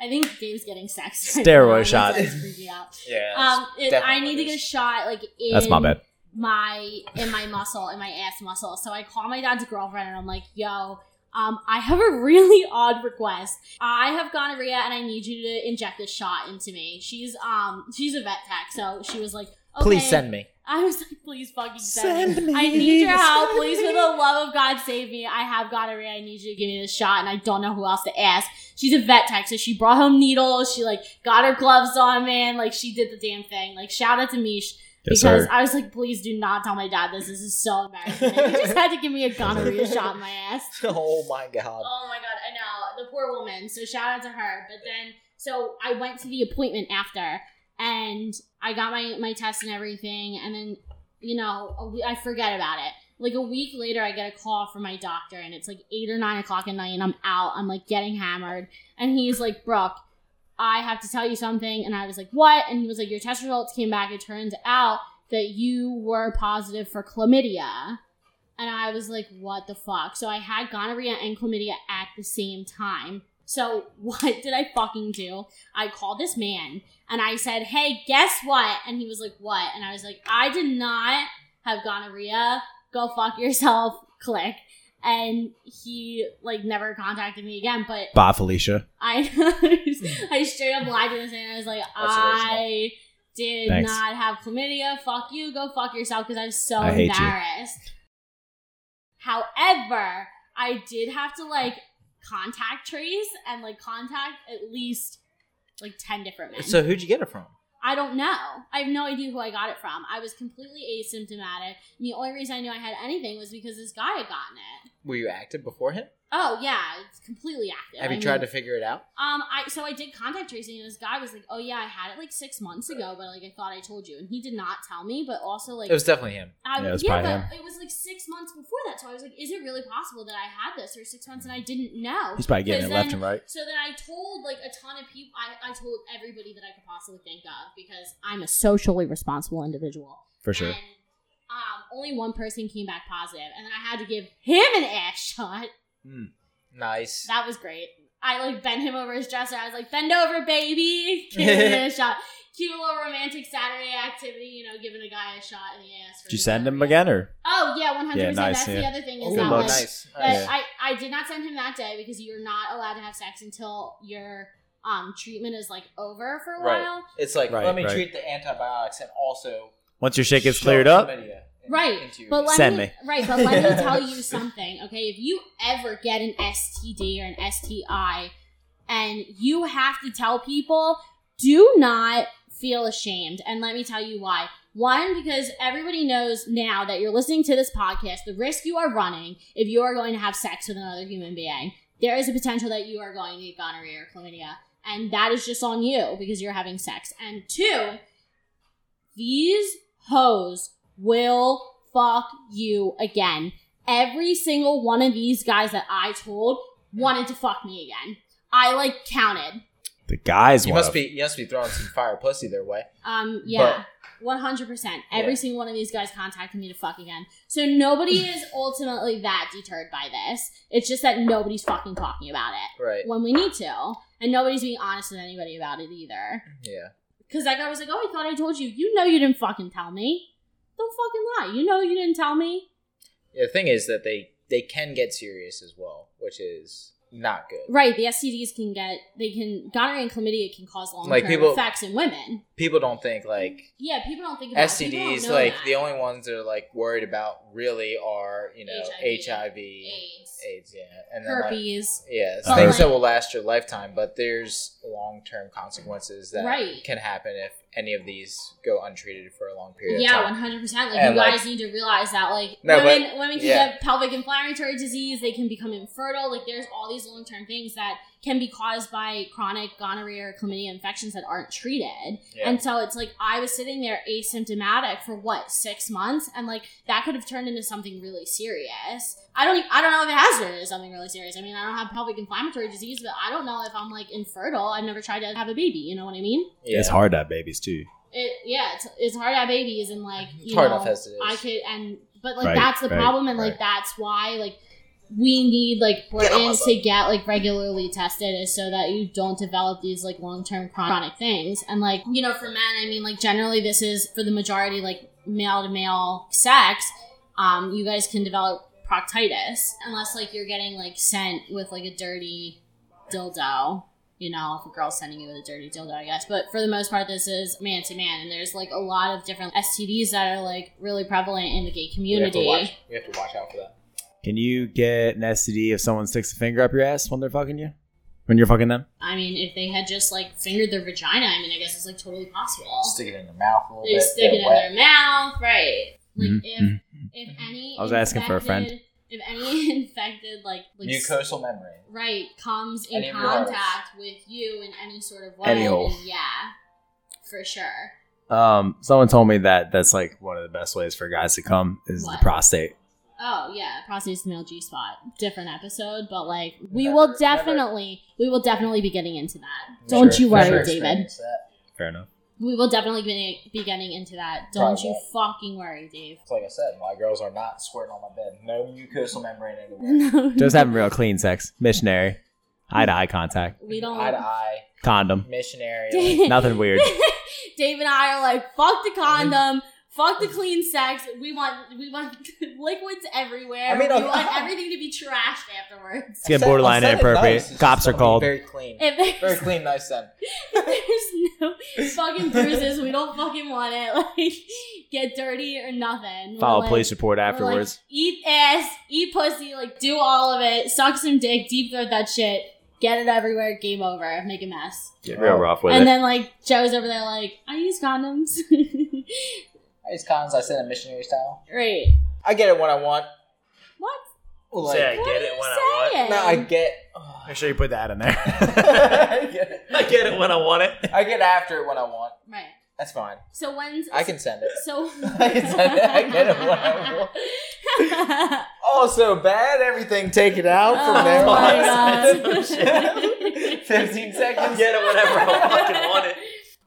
S2: I think Dave's getting sex.
S5: Steroid
S2: now.
S5: shot.
S2: That's freaking out.
S4: yeah.
S2: Um, it, I
S4: definitely
S2: need to
S4: is.
S2: get a shot like in
S5: That's my bad.
S2: my in my muscle in my ass muscle. So I call my dad's girlfriend and I'm like, "Yo, um, I have a really odd request. I have gonorrhea and I need you to inject this shot into me." She's um she's a vet tech, so she was like, okay.
S4: Please send me.
S2: I was like, "Please fucking send, me. I need your help, please. For the love of God, save me. I have gonorrhea. I need you to give me this shot, and I don't know who else to ask." She's a vet tech, so she brought home needles. She like got her gloves on, man. Like she did the damn thing. Like shout out to Mish because I was like, please do not tell my dad this. This is so embarrassing. he just had to give me a gonorrhea shot in my ass.
S4: Oh my god.
S2: Oh my god, I know the poor woman. So shout out to her. But then, so I went to the appointment after, and I got my my test and everything, and then you know a we- I forget about it. Like a week later, I get a call from my doctor, and it's like eight or nine o'clock at night, and I'm out. I'm like getting hammered, and he's like, Brooke. I have to tell you something. And I was like, what? And he was like, your test results came back. It turns out that you were positive for chlamydia. And I was like, what the fuck? So I had gonorrhea and chlamydia at the same time. So what did I fucking do? I called this man and I said, hey, guess what? And he was like, what? And I was like, I did not have gonorrhea. Go fuck yourself. Click. And he like never contacted me again. But
S5: Bye, Felicia.
S2: I
S5: Hmm.
S2: I straight up lied to this and I was like, I did
S5: Thanks.
S2: not have chlamydia. Fuck you. Go fuck yourself because I'm so
S5: I hate you.
S2: embarrassed. However, I did have to like contact trace and like contact at least like 10 different men.
S4: So who'd you get it from?
S2: I don't know. I have no idea who I got it from. I was completely asymptomatic. And the only reason I knew I had anything was because this guy had gotten it.
S4: Were you active beforehand?
S2: Oh, yeah. It's completely active.
S4: Have
S2: I
S4: you
S2: mean-
S4: tried to figure it out?
S2: Um, I so I did contact tracing, and this guy was like, "Oh yeah, I had it like six months ago, but like I thought I told you." And he did not tell me, but also like
S4: It was definitely him.
S2: I,
S5: Yeah, it was
S2: yeah,
S5: probably
S2: but it was like six months before that. So I was like, "Is it really possible that I had this or six months and I didn't know?"
S5: He's probably getting it
S2: Because
S5: left
S2: then-
S5: and right.
S2: So then I told like a ton of people. I, I told everybody that I could possibly think of because I'm a socially responsible individual.
S5: For sure.
S2: And um, only one person came back positive, and then I had to give him an ass shot.
S4: Nice.
S2: That was great. I like bent him over his dresser. I was like, bend over, baby. Give him a shot. Cute little romantic Saturday activity, you know, giving a guy a shot in the ass. for
S5: Did you
S2: his
S5: send him
S2: Saturday.
S5: again or?
S2: Oh yeah, one hundred
S5: Yeah,
S2: percent.
S5: nice,
S2: That's the
S5: yeah.
S2: other thing
S4: Oh,
S2: is
S5: Good
S2: that
S5: luck.
S2: like,
S4: nice.
S2: that
S4: nice.
S2: I I did not send him that day because you're not allowed to have sex until your um treatment is like over for a
S4: Right.
S2: while.
S4: It's like
S5: Right,
S4: let me
S5: right.
S4: treat the antibiotics and also
S5: Once your shit gets
S4: shove
S5: cleared up,
S4: chlamydia in-
S2: Right,
S4: into your-
S2: But let
S5: Send
S2: me,
S5: me.
S2: right, but let me tell you something, okay? If you ever get an STD or an STI, and you have to tell people, do not feel ashamed. And let me tell you why. One, because everybody knows now that you're listening to this podcast, the risk you are running if you are going to have sex with another human being. There is a potential that you are going to get gonorrhea or chlamydia, and that is just on you because you're having sex. And two, these hoes will fuck you again. Every single one of these guys that I told wanted to fuck me again. I like counted.
S5: the guys
S4: you
S5: want
S4: must be you must be throwing some fire pussy their way.
S2: Um, yeah, one hundred percent. Every
S4: Yeah.
S2: single one of these guys contacted me to fuck again. So nobody is ultimately that deterred by this. It's just that nobody's fucking talking about it
S4: Right.
S2: when we need to, and nobody's being honest with anybody about it either.
S4: Yeah.
S2: Because that guy was like, "Oh, I thought I told you. You know, you didn't fucking tell me. Don't fucking lie. You know, you didn't tell me."
S4: The thing is that they they can get serious as well, which is not good.
S2: Right, the STDs can get they can gonorrhea and chlamydia can cause long term
S4: Like people-
S2: effects in women.
S4: People don't think like
S2: Yeah, people don't think about it. People don't
S4: STDs,
S2: know
S4: like
S2: that.
S4: the only ones that are like worried about really are you know
S2: HIV,
S4: HIV,
S2: AIDS,
S4: AIDS, yeah, and then, like,
S2: herpes.
S4: yeah, it's
S5: But,
S4: things
S2: like-
S4: that will last your lifetime, but there's long term consequences that
S2: Right.
S4: can happen if any of these go untreated for a long period.
S2: Yeah,
S4: of
S2: one
S4: time.
S2: hundred percent. Like
S4: And,
S2: you
S4: like-
S2: guys need to realize that like
S4: No, but-
S2: women women can
S4: yeah.
S2: get pelvic inflammatory disease, they can become infertile. Like there's all these long term things that can be caused by chronic gonorrhea or chlamydia infections that aren't treated.
S4: Yeah.
S2: And so it's like I was sitting there asymptomatic for what six months, and like that could have turned into something really serious. I don't, e- I don't know if it has turned into something really serious. I mean, I don't have pelvic inflammatory disease, but I don't know if I'm like infertile. I've never tried to have a baby. You know what I mean?
S4: yeah.
S5: It's hard to have babies too.
S2: It, yeah, it's, it's hard to have babies, and like
S4: It's
S2: you
S4: hard
S2: know,
S4: enough as it is.
S2: I could, and but like
S5: Right,
S2: that's the
S5: right,
S2: problem, and like
S5: right.
S2: that's why like we need like
S4: Get on my
S2: Britons
S4: butt.
S2: to get like regularly tested is so that you don't develop these like long term chronic things. And like you know, for men, I mean, like generally this is for the majority like male to male sex. Um, you guys can develop proctitis unless like you're getting like sent with like a dirty dildo you know, if a girl's sending you with a dirty dildo, I guess. But for the most part, this is man to man, and there's like a lot of different STDs that are like really prevalent in the gay
S4: We have to
S2: community.
S4: watch- We have to watch out for that.
S5: Can you get an STD if someone sticks a finger up your ass when they're fucking you? When you're fucking them?
S2: I mean, if they had just like fingered their vagina, I mean, I guess it's like totally possible.
S4: Stick it in their mouth a little
S2: They
S4: bit.
S2: stick it
S4: get
S2: in
S4: wet. Mm-hmm.
S2: their mouth, right? Like
S5: Mhm,
S2: if if any,
S5: I was asking for a friend.
S2: infected- If any infected like, like
S4: Mucosal membrane.
S2: right comes in
S4: Any of your holes.
S2: contact with you in any sort of way,
S5: Any hole.
S2: then yeah, for sure.
S5: Um, someone told me that that's like one of the best ways for guys to come is
S2: What?
S5: the prostate.
S2: Oh yeah, prostate's the male G spot. Different episode, but like we
S4: Never-
S2: will
S4: never-
S2: definitely we will definitely be getting into that.
S4: Never-
S2: Don't you worry,
S4: never
S2: David.
S4: experienced that.
S5: Fair enough.
S2: We will definitely be, be getting into that. Don't
S4: Probably
S2: you fucking worry, Dave.
S4: It's like I said, my girls are not squirting on my bed. No mucosal membrane anywhere.
S2: No,
S5: Just having real clean sex, missionary, eye to eye contact,
S2: we don't.
S4: Eye to eye,
S5: condom,
S4: missionary. like,
S2: Dave-
S5: nothing weird.
S2: Dave and I are like, fuck the condom, fuck the clean sex. We want we want liquids everywhere.
S4: I mean,
S2: we
S4: I'm-
S2: want everything to be trashed afterwards.
S5: It's getting
S4: I'll
S5: borderline
S4: say it
S5: inappropriate.
S4: it's just
S5: Cops are
S4: gonna be
S5: called.
S4: Very clean.
S2: If
S4: Very
S2: there's,
S4: clean, nice then.
S2: if there's no fucking bruises, we don't fucking want it. Like get dirty or nothing. We're
S5: File a
S2: like-
S5: police report
S2: we're
S5: afterwards.
S2: Like, eat ass, eat pussy, like do all of it, suck some dick, deep throat that shit, get it everywhere, game over, make a mess.
S3: Get real rough with
S2: and
S3: it.
S2: then like Joe's over there like, I use condoms.
S4: I use cons. I sit in missionary style.
S2: right.
S4: I get it when I want.
S2: What?
S4: Like,
S3: Say I
S2: what
S3: get it
S2: are you
S3: when I want.
S2: saying?
S4: no, I get.
S5: Make sure you put that in there.
S4: I get it.
S3: I get it when I want it.
S4: I get after it when I want.
S2: Right.
S4: That's fine.
S2: So when's
S4: I can send it.
S2: so
S4: I can send it. I get it when I want. Oh, so bad. Everything taken out from
S2: Oh
S4: there
S2: my
S4: on.
S2: God.
S4: 15
S3: I
S4: seconds.
S3: get it whenever I fucking want it.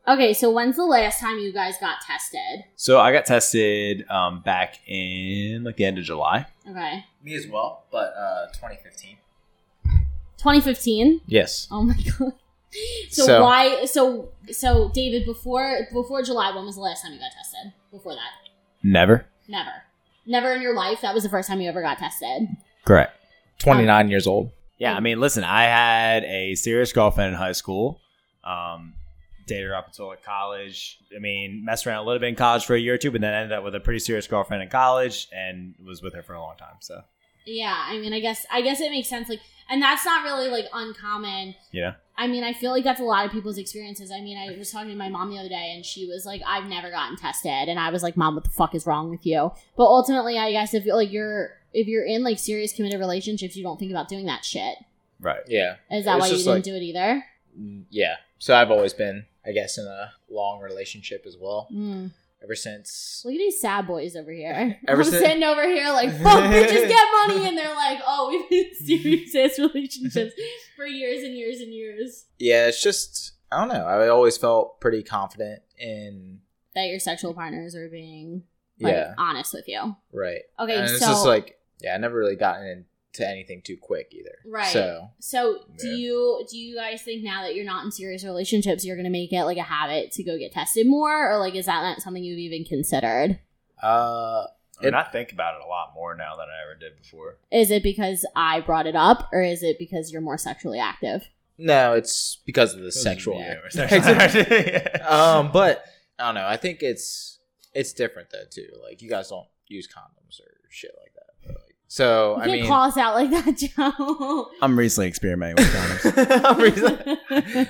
S2: Okay, so when's the last time you guys got tested?
S5: so I got tested um, back in like the end of July.
S2: Okay.
S4: Me as well, but uh, 2015.
S2: 2015.
S5: Yes.
S2: Oh my god. So,
S4: So-
S2: why so so David before before July when was the last time you got tested? Before that?
S5: Never.
S2: Never. Never in your life. That was the first time you ever got tested.
S5: Correct.
S4: 29 years old.
S5: Yeah, I mean, listen, I had a serious girlfriend in high school. Um, dated her up until like college. I mean, messed around a little bit in college for a year or two, but then ended up with a pretty serious girlfriend in college and was with her for a long time. So,
S2: Yeah, I mean, I guess I guess it makes sense. Like, and that's not really like uncommon.
S5: Yeah.
S2: I mean, I feel like that's a lot of people's experiences. I mean, I was talking to my mom the other day, and she was like, "I've never gotten tested," and I was like, "Mom, what the fuck is wrong with you?" But ultimately, I guess if like you're if you're in like serious committed relationships, you don't think about doing that shit.
S5: right.
S4: Yeah.
S2: Is that
S4: It's
S2: why you
S4: just
S2: didn't
S4: like-
S2: do it either?
S4: Mm, Yeah. So I've always been, I guess, in a long relationship as well.
S2: Mm.
S4: Ever since.
S2: Look at these sad boys over here.
S4: Ever
S2: I'm
S4: since-
S2: sitting over here like, fuck, bitches get money, and they're like, oh, we've been in serious ass relationships for years and years and years.
S4: Yeah, it's just, I don't know. I always felt pretty confident in.
S2: that your sexual partners are being like
S4: Yeah.
S2: honest with you.
S4: Right.
S2: Okay,
S4: and it's
S2: so
S4: just like, yeah, I never really gotten into anything too quick either.
S2: Right.
S4: So,
S2: so do
S4: Yeah.
S2: you do you guys think now that you're not in serious relationships you're gonna make it like a habit to go get tested more or like is that not something you've even considered?
S4: uh,
S5: I mean, I think about it a lot more now than I ever did before.
S2: Is it because I brought it up or is it because you're more sexually active?
S4: no, it's because of the sexual
S5: Yeah,
S4: act.
S5: or sexual act. Yeah.
S4: um, but I don't know. I think it's it's different though too. Like you guys don't use condoms or shit like that. But, like, so
S2: You
S4: I
S2: can't
S4: mean,
S2: call us out like that, Joe.
S5: I'm recently experimenting with condoms.
S4: I'm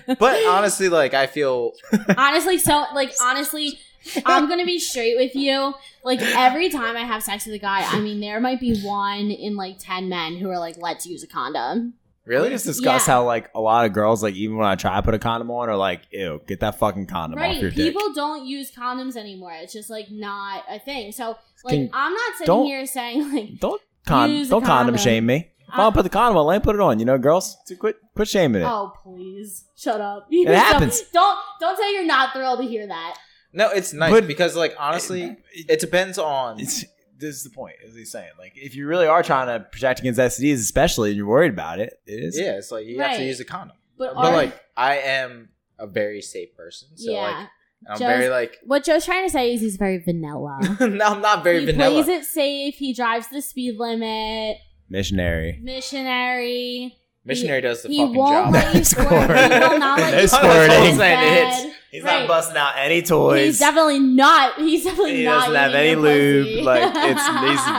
S4: really- but honestly, like I feel
S2: honestly, so like honestly, I'm gonna be straight with you. Like every time I have sex with a guy, I mean, there might be one in like ten men who are like, "Let's use a condom."
S5: really?
S4: really
S5: just discuss
S2: Yeah.
S5: how like a lot of girls, like even when I try to put a condom on, are like, "Ew, get that fucking condom off your
S2: right?
S5: dick."
S2: People don't use condoms anymore. It's just like not a thing. So like,
S5: Can-
S2: I'm not sitting
S5: don't-
S2: here saying like,
S5: Don't con-
S2: Use a
S5: don't condom.
S2: condom.
S5: shame me. If I
S2: I-
S5: don't put the condom on, let me put it on. You know, girls, so quit quit shaming it.
S2: "Oh, please, shut up." You
S5: It
S2: know,
S5: happens.
S2: Don't don't say you're not thrilled to hear that.
S4: no. It's nice
S5: But-
S4: because like honestly,
S5: It-
S4: it depends on
S5: it's this is the point as he's saying like if you really are trying to protect against STDs especially and you're worried about it it is
S4: yeah. It's like you have to
S2: Right.
S4: use a condom.
S2: But,
S4: But
S2: are-
S4: like I am a very safe person, so
S2: yeah,
S4: like
S2: Joe's-
S4: I'm very like
S2: what Joe's trying to say is he's very vanilla.
S4: no, I'm not very
S2: he
S4: vanilla.
S2: plays it safe. He drives the speed limit.
S5: missionary
S2: Missionary.
S4: Missionary does the
S2: he
S4: fucking
S2: won't
S4: job.
S2: let you squirt. He will not let
S5: No
S2: you squirt.
S5: squirting.
S2: in
S4: Saying
S2: bed.
S5: he's
S2: not Right.
S5: busting out any
S2: He's definitely not. He's definitely not. eating your pussy.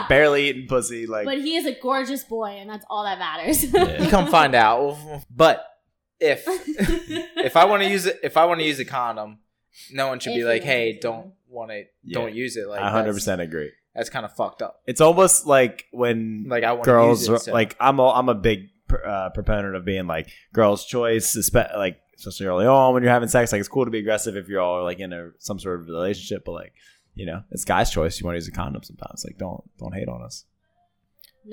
S5: barely eating pussy like
S2: but he is a gorgeous boy, and that's all that matters.
S5: Yeah.
S4: you come find out. But if if I want to use it, if I want to use a condom, no one should
S2: If
S4: be
S2: you
S4: like,
S2: want
S4: "Hey,
S2: to.
S4: don't want it,
S5: Yeah.
S4: don't use it." Like,
S5: I 100 percent agree
S4: That's, kind of fucked up.
S5: it's almost like when
S4: Like, I want
S5: girls
S4: to
S5: are-
S4: use it, so-
S5: like I'm a, I'm a big pr- uh, proponent of being like girls choice espe- like especially early on when you're having sex like it's cool to be aggressive if you're all like in a some sort of relationship but like you know it's guys choice you want to use a condom sometimes like don't don't hate on us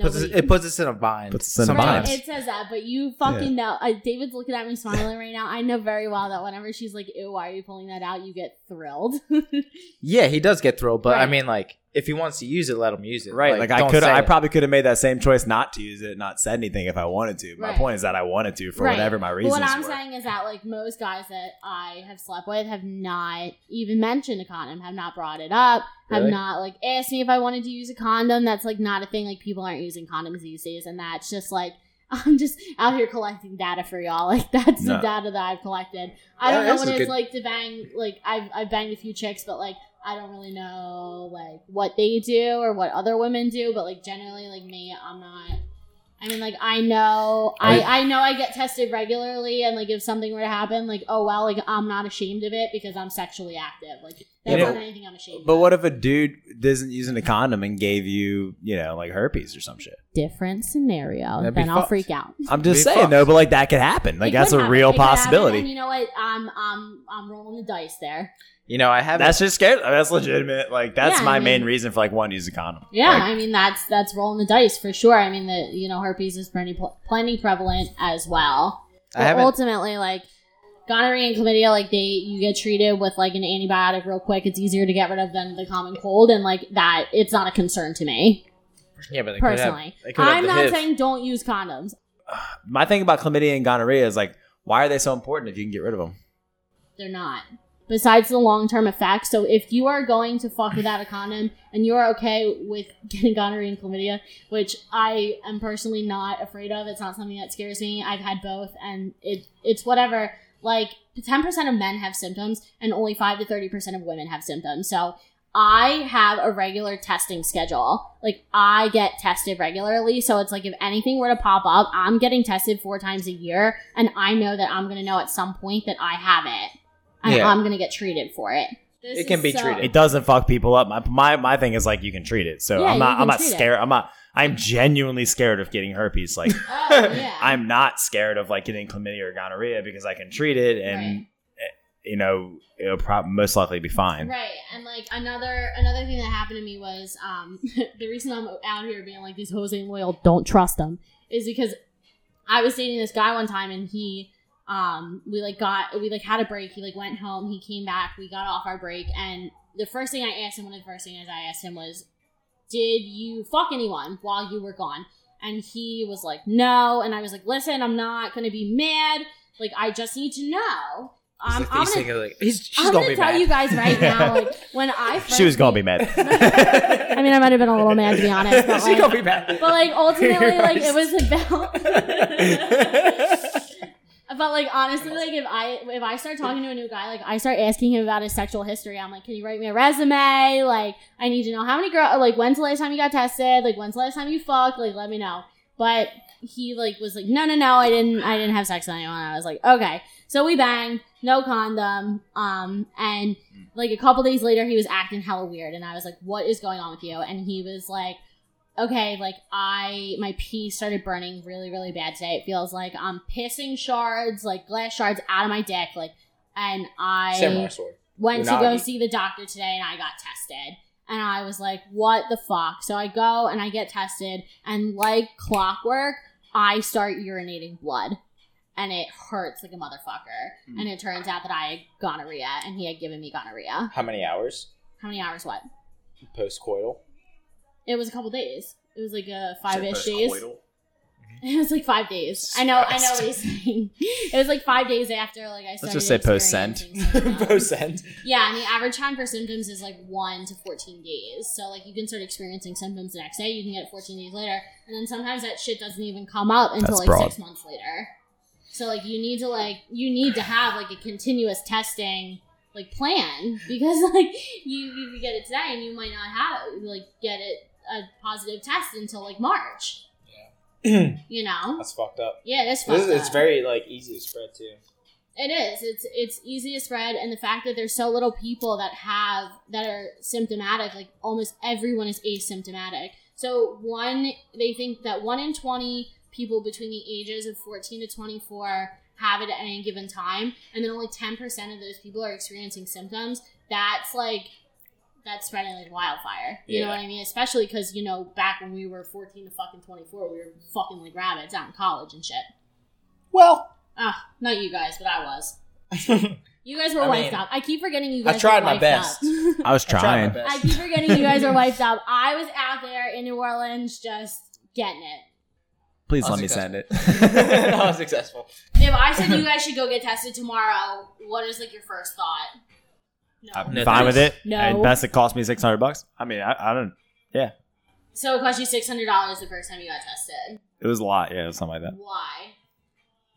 S4: puts us,
S2: Nobody-
S4: it puts us in a bind.
S5: Puts us in a
S2: Right,
S5: Sometimes. bind.
S2: it says that, but you fucking know. Uh, David's looking at me smiling right now. I know very well that whenever she's like, "Ew, why are you pulling that out?" you get thrilled.
S4: Yeah, he does get thrilled, but I
S2: Right.
S4: mean, like, if he wants to use it, let him use it.
S5: right like, I
S4: don't
S5: could
S4: say
S5: I
S4: it.
S5: probably could have made that same choice not to use it not said anything if I wanted to my
S2: Right.
S5: point is that I wanted to for
S2: Right.
S5: whatever my
S2: But
S5: reasons
S2: what I'm
S5: were
S2: saying is that like most guys that I have slept with have not even mentioned a condom, have not brought it up, have
S4: Really?
S2: not like asked me if I wanted to use a condom. That's like not a thing. Like people aren't using condoms these days, and that's just like I'm just out here collecting data for y'all. Like that's the
S5: No.
S2: data that I've collected. I
S4: Yeah,
S2: don't know
S4: this
S2: what
S4: is
S2: it's
S4: good.
S2: like to bang. Like I've I've banged a few chicks, but like I don't really know like what they do or what other women do. But like generally, like me, I'm not. I mean, like I know, I, I know I get tested regularly, and like if something were to happen, like oh well, like I'm not ashamed of it because I'm sexually active. Like that's
S5: know,
S2: not anything I'm ashamed.
S5: But
S2: of.
S5: what if a dude isn't using a condom and gave you, you know, like herpes or some shit?
S2: different scenario?
S4: That'd be
S2: Then I'll
S4: fucked.
S2: freak out.
S5: I'm just
S4: Be
S5: saying
S4: fucked.
S5: though, but like that could happen. Like
S2: It
S5: that's
S2: could
S5: a
S2: happen.
S5: real
S2: It could happen, and
S5: possibility.
S2: you know what? I'm I'm I'm rolling the dice there.
S4: You know, I haven't.
S5: That's just scary. I mean, that's legitimate. Like that's
S2: Yeah,
S5: my
S2: I
S5: main
S2: mean-
S5: reason for like wanting to use a condom.
S2: Yeah,
S5: Like,
S2: I mean that's that's rolling the dice for sure. I mean the you know herpes is plenty plenty prevalent as well.
S4: I
S2: But
S4: haven't.
S2: ultimately, like gonorrhea and chlamydia, like they you get treated with like an antibiotic real quick. It's easier to get rid of than the common cold, and like that, it's not a concern to me
S4: Yeah, but they could have-
S2: personally.
S4: they could have
S2: I'm
S4: the
S2: not
S4: HIV.
S2: saying don't use condoms.
S5: my thing about chlamydia and gonorrhea is like, why are they so important if you can get rid of them?
S2: They're not. Besides the long term effects, so if you are going to fuck without a condom and you're okay with getting gonorrhea and chlamydia, which I am personally not afraid of, it's not something that scares me. I've had both, and it it's whatever. Like ten percent of men have symptoms, and only five to thirty percent of women have symptoms. So I have a regular testing schedule. Like I get tested regularly, so it's like if anything were to pop up, I'm getting tested four times a year, and I know that I'm gonna know at some point that I have it and
S4: Yeah.
S2: I'm gonna get treated for it. This
S4: It can
S2: is
S4: be treated.
S5: It doesn't fuck people up. My my, my thing is like you can treat it. So
S2: Yeah,
S5: I'm
S2: you
S5: not
S2: can
S5: I'm not
S2: treat it.
S5: scared. I'm not I'm genuinely scared of getting herpes. Like
S2: Oh, yeah.
S5: I'm not scared of like getting chlamydia or gonorrhea because I can treat it and
S2: Right.
S5: eh, you know it'll prob- most likely be fine.
S2: right. And like another another thing that happened to me was um the reason I'm out here being like these hoes ain't loyal, don't trust them, is because I was dating this guy one time and he um we like got we like had a break. He like went home, he came back, we got off our break, and the first thing I asked him, one of the first things I asked him was, Did you fuck anyone while you were gone? And he was like, No. And I was like, Listen, I'm not gonna be mad. Like I just need to know.
S4: He's
S2: Um,
S4: like,
S2: I'm
S4: he's
S2: gonna
S4: thinking, like, he's- she's
S2: I'm
S4: gonna
S2: gonna,
S4: be
S2: tell
S4: mad.
S2: you guys right now, like when I first
S5: She was gonna be mad.
S2: I mean, I might have been a little mad to be honest, but
S4: she's
S2: like,
S4: gonna be mad.
S2: but like ultimately, like it was about. But like honestly, like if I if I start talking to a new guy, like I start asking him about his sexual history. I'm like, can you write me a resume? Like I need to know how many girls. Like when's the last time you got tested? Like when's the last time you fucked? Like let me know. But he like was like, no, no, no, I didn't, I didn't have sex with anyone. I was like, okay. So we banged, no condom. Um, and like a couple days later, he was acting hella weird, and I was like, what is going on with you? And he was like. Okay, like I my pee started burning really, really bad today. It feels like I'm pissing shards, like glass shards out of my dick, like and I
S4: Samurai sword.
S2: went to go
S4: Unagi.
S2: see the doctor today and I got tested. And I was like, what the fuck? So I go and I get tested, and like clockwork, I start urinating blood. And it hurts like a motherfucker.
S5: Hmm.
S2: And it turns out that I had gonorrhea and he had given me gonorrhea.
S4: How many hours
S2: How many hours? What?
S4: post coital?
S2: It was a couple days. It was like a five ish days. It was like five days. I know, I know what he's saying. It was like five days after, like I started.
S5: just say post-send.
S2: experiencing symptoms.
S4: post end.
S2: Yeah, and the average time for symptoms is like one to fourteen days. So like you can start experiencing symptoms the next day. You can get it fourteen days later, and then sometimes that shit doesn't even come up until
S5: That's
S2: like
S5: broad.
S2: six months later. So like you need to like you need to have like a continuous testing like plan because like you you could get it today and you might not have it, like get it a positive test until like March.
S4: That's
S2: You know.
S4: fucked up.
S2: Yeah, that's
S4: This is,
S2: fucked
S4: it's
S2: up.
S4: very like easy to spread too.
S2: It is. It's it's easy to spread, and the fact that there's so little people that have that are symptomatic, like almost everyone is asymptomatic. So one, they think that one in twenty people between the ages of 14 to 24 have it at any given time, and then only 10 percent of those people are experiencing symptoms. That's like that's spreading like wildfire. You know
S4: Yeah.
S2: what I mean? Especially because you know back when we were 14 to fucking 24, we were fucking like rabbits out in college and shit.
S4: Well,
S2: Ah, not you guys, but I was.
S4: I
S2: You guys were
S4: I
S2: wiped
S4: mean,
S2: up. I keep forgetting you
S4: I
S2: guys.
S4: tried
S2: were
S4: my
S2: wiped
S4: best.
S2: Up.
S5: I was
S4: tried
S5: trying.
S4: my
S2: I
S4: best.
S2: keep forgetting you guys are wiped up. I was out there in New Orleans just getting it.
S5: Please
S4: I
S5: let
S4: was
S5: me send
S4: successful.
S5: it.
S4: I was successful.
S2: If I said you guys should go get tested tomorrow, what is like your first thought? No.
S5: I'm
S4: No,
S5: fine
S4: thanks.
S5: with it.
S2: No.
S5: At best, it cost me six hundred bucks. I mean, I, I don't. Yeah,
S2: So it cost you six hundred dollars the first time you got tested.
S5: It was a lot, yeah, something like that.
S2: Why?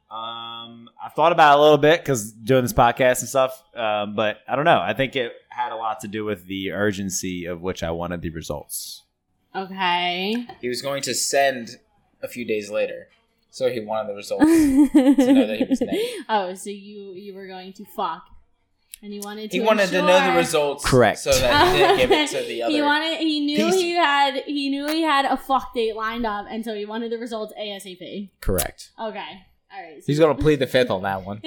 S5: Um, I've thought about it a little bit because doing this podcast and stuff, um, but I don't know. I think it had a lot to do with the urgency of which I wanted the results.
S2: Okay.
S4: He was going to send a few days later, so he wanted the results. know that he was naked.
S2: oh, so you you were going to fuck, and he wanted to.
S4: he wanted to know the
S2: ensure-
S4: results,
S5: Correct.
S4: So that he didn't give it to the other.
S2: Uh, he wanted. He knew
S4: piece.
S2: he had. He knew he had a fuck date lined up, and so he wanted the results asap.
S4: Correct.
S2: Okay. All right.
S4: He's gonna plead the fifth on that one.
S5: but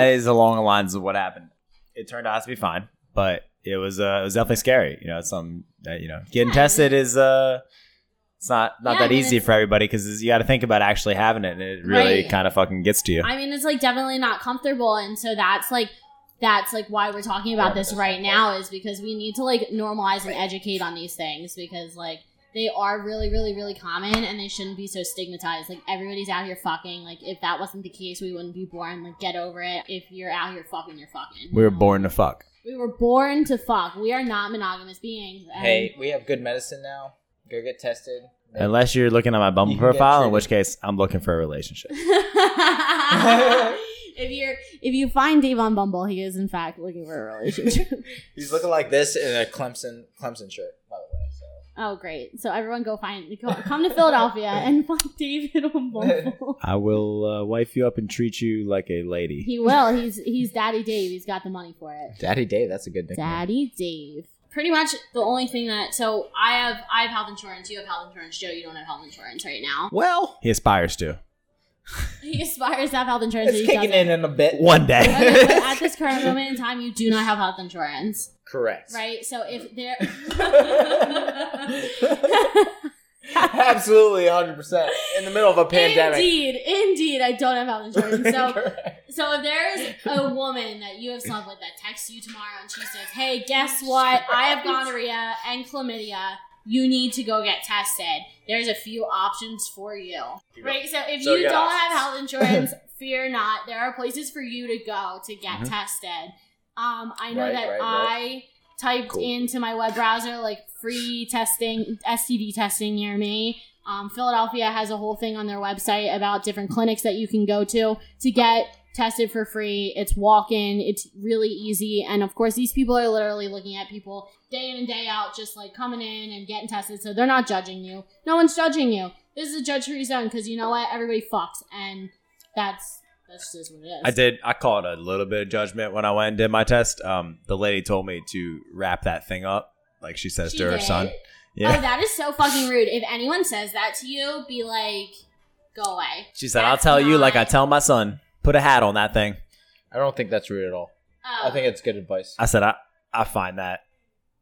S5: it is along the lines of what happened. It turned out to be fine, but it was uh, it was definitely scary. You know, it's something that you know getting
S2: Yeah.
S5: tested is uh, it's not not
S2: Yeah, I
S5: that
S2: mean,
S5: easy
S2: it's-
S5: for everybody because you got to think about actually having it, and it really
S2: Right.
S5: kind of fucking gets to you.
S2: I mean, it's like definitely not comfortable, and so that's like that's like why we're talking about this right now is because we need to like normalize and educate on these things because like they are really, really, really common and they shouldn't be so stigmatized. Like everybody's out here fucking. Like if that wasn't the case, we wouldn't be born. Like get over it. If you're out here fucking, you're fucking.
S5: we were born to fuck.
S2: We were born to fuck. We are not monogamous beings. and-
S4: hey, we have good medicine now. Go get tested.
S5: Unless you're looking at my Bumble
S4: You can get
S5: profile, in
S4: treated.
S5: which case I'm looking for a relationship.
S2: if you're if you find Dave on Bumble, he is in fact looking for a relationship.
S4: He's looking like this in a Clemson Clemson shirt, by the way. So.
S2: Oh, great. So everyone go find, go, come to Philadelphia and find David on Bumble.
S5: I will uh, wife you up and treat you like a lady.
S2: he will. He's he's Daddy Dave. He's got the money for it.
S4: Daddy Dave, that's a good nickname.
S2: Daddy Dave. Pretty much the only thing that so I have I have health insurance. You have health insurance, Joe. You don't have health insurance right now.
S4: Well,
S5: He aspires to
S2: He aspires to have health insurance. but he
S4: it's kicking
S2: doesn't.
S4: in in a bit.
S5: one
S2: Okay, but
S5: day.
S2: at this current moment in time, you do not have health insurance,
S4: Correct.
S2: right? So
S4: Mm.
S2: if there,
S4: Absolutely, hundred percent. In the middle of a pandemic.
S2: indeed, indeed, I don't have health insurance. So
S4: Correct.
S2: So if there is a woman that you have slept with that texts you tomorrow and she says, "Hey, guess what? I have gonorrhea and chlamydia. You need to go get tested." There's a few options for you, right? So if
S4: So
S2: you
S4: get
S2: don't have health
S4: options.
S2: insurance, fear not. There are places for you to go to get
S4: Mm-hmm.
S5: Mhm.
S2: tested. Um, I know
S4: Right,
S2: that
S4: right,
S2: I
S4: right.
S2: typed
S4: Cool.
S2: into my web browser like free testing, STD testing near me. Um, Philadelphia has a whole thing on their website about different clinics that you can go to to get tested for free. It's walk in, it's really easy. And of course, these people are literally looking at people day in and day out, just like coming in and getting tested. So they're not judging you. No one's judging you. This is a judge free zone because you know what? Everybody fucks. And that's that's just what it is.
S5: I did. I caught a little bit of judgment when I went and did my test. Um, the lady told me to wrap that thing up, like she says
S2: She
S5: to her
S2: did.
S5: son. Yeah,
S2: Oh, that is so fucking rude. If anyone says that to you, be like, go away.
S5: she said, "I'll
S2: that's
S5: tell you, like I
S2: not-
S5: tell my son, put a hat on that thing."
S4: I don't think that's rude at all.
S2: Oh.
S4: I think it's good advice.
S5: I said, "I, I find that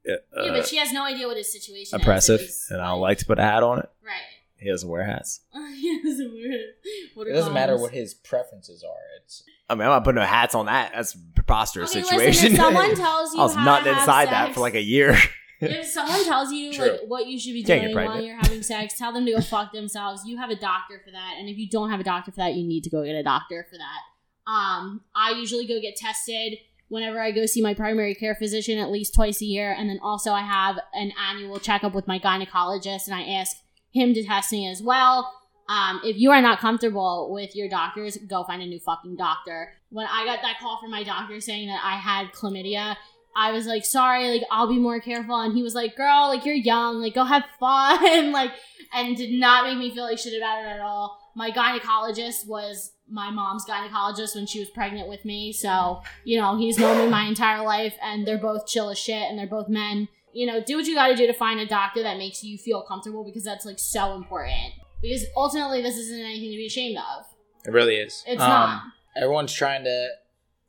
S5: uh,
S2: yeah, but she has no idea what his situation is.
S5: oppressive,
S2: It was,
S5: and I don't like to put a hat on it."
S2: Right.
S5: He doesn't wear hats.
S2: Yes, we're- what
S4: It
S2: are
S4: doesn't matter
S2: cons?
S4: what his preferences are. It's
S5: I mean, I'm not putting no hats on that. That's a preposterous
S2: Okay, Listen,
S5: situation.
S2: if someone tells you
S5: I was
S2: how
S5: not
S2: to have
S5: inside
S2: sex,
S5: that for like a year.
S2: if someone tells you
S4: True.
S2: like what you should be
S5: Can't get
S2: doing while
S5: pregnant.
S2: you're having sex, tell them to go fuck themselves. You have a doctor for that, and if you don't have a doctor for that, you need to go get a doctor for that. Um, I usually go get tested whenever I go see my primary care physician at least twice a year, and then also I have an annual checkup with my gynecologist, and I ask him to test me as well. Um, if you are not comfortable with your doctors, go find a new fucking doctor. When I got that call from my doctor saying that I had chlamydia, I was like, sorry, like, I'll be more careful. And he was like, girl, like, you're young, like, go have fun, like, and did not make me feel like shit about it at all. My gynecologist was my mom's gynecologist when she was pregnant with me. So, you know, he's known me my entire life, and they're both chill as shit, and they're both men. You know, do what you gotta do to find a doctor that makes you feel comfortable because that's, like, so important. Because ultimately, this isn't anything to be ashamed of.
S4: it really is.
S2: It's not.
S4: um, Everyone's trying to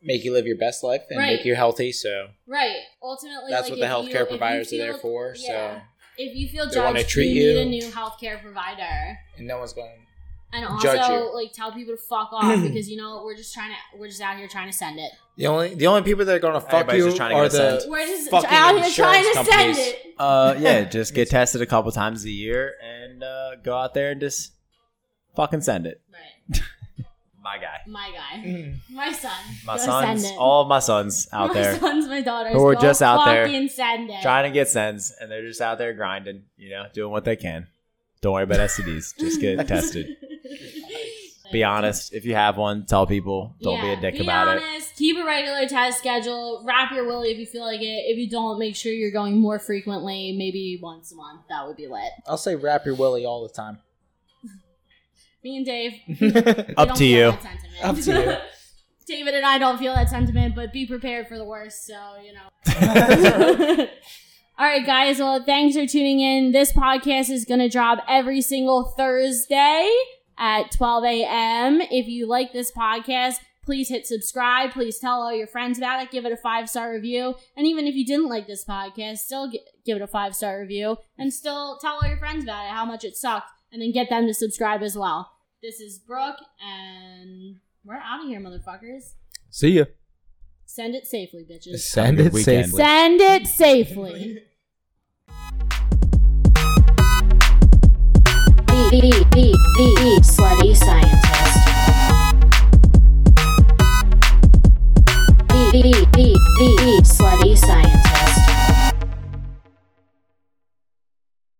S4: make you live your best life and
S2: Right.
S4: make you healthy. So
S2: Right. Ultimately,
S4: that's
S2: like,
S4: what the
S2: if
S4: healthcare
S2: you- if you
S4: providers are there
S2: feel-
S4: for.
S2: yeah.
S4: So
S2: if you feel
S4: They wanna
S2: judged,
S4: treat
S2: you, need
S4: you.
S2: a new healthcare provider.
S4: and no one's going.
S2: And
S4: Judge
S2: also,
S4: you.
S2: like, tell people to fuck off because you know what? we're just trying to we're just out here trying to send it.
S4: The only the only people that are going to fuck
S5: Everybody's
S4: you
S5: just trying to
S4: are
S5: get
S4: the
S5: sent.
S2: We're just
S4: Fucking
S2: out here
S4: insurance
S2: trying to
S4: companies.
S2: send it.
S5: Uh, yeah, just get tested a couple times a year and uh, go out there and just fucking send it.
S2: Right.
S5: my guy,
S2: My guy. My son.
S5: my
S2: Go
S5: sons,
S2: send it.
S5: all of my sons out
S2: my
S5: there
S2: sons, my daughters.
S5: Who are
S2: Go
S5: just out there
S2: fucking send it.
S5: trying to get sends, and they're just out there grinding, you know, doing what they can. Don't worry about STDs. Just get tested. Be honest. If you have one, tell people. Don't be
S2: Yeah,
S5: a dick about
S2: Be honest. Keep a regular test schedule. Wrap your willy if you feel like it. If you don't, make sure you're going more frequently, maybe once a month. That would be lit.
S4: I'll say wrap your willy all the time.
S2: Me and Dave. we
S5: it.
S4: That's
S2: don't
S5: Up to
S2: feel
S5: you.
S2: that sentiment.
S4: Up to you.
S2: David and I don't feel that sentiment, but be prepared for the worst. So you know. All right, guys. Well, thanks for tuning in. This podcast is going to drop every single Thursday at 12 a.m. If you like this podcast, please hit subscribe. Please tell all your friends about it. Give it a five star review. And even if you didn't like this podcast, still gi- give it a five star review and still tell all your friends about it, how much it sucked, and then get them to subscribe as well. This is Brooke, and we're out of here, motherfuckers.
S5: See you.
S2: Send it safely, bitches.
S4: Send
S5: Have a
S4: it
S5: good weekend.
S4: safely.
S2: Send it safely.
S1: B B B B B slutty scientist. B B B B B slutty scientist.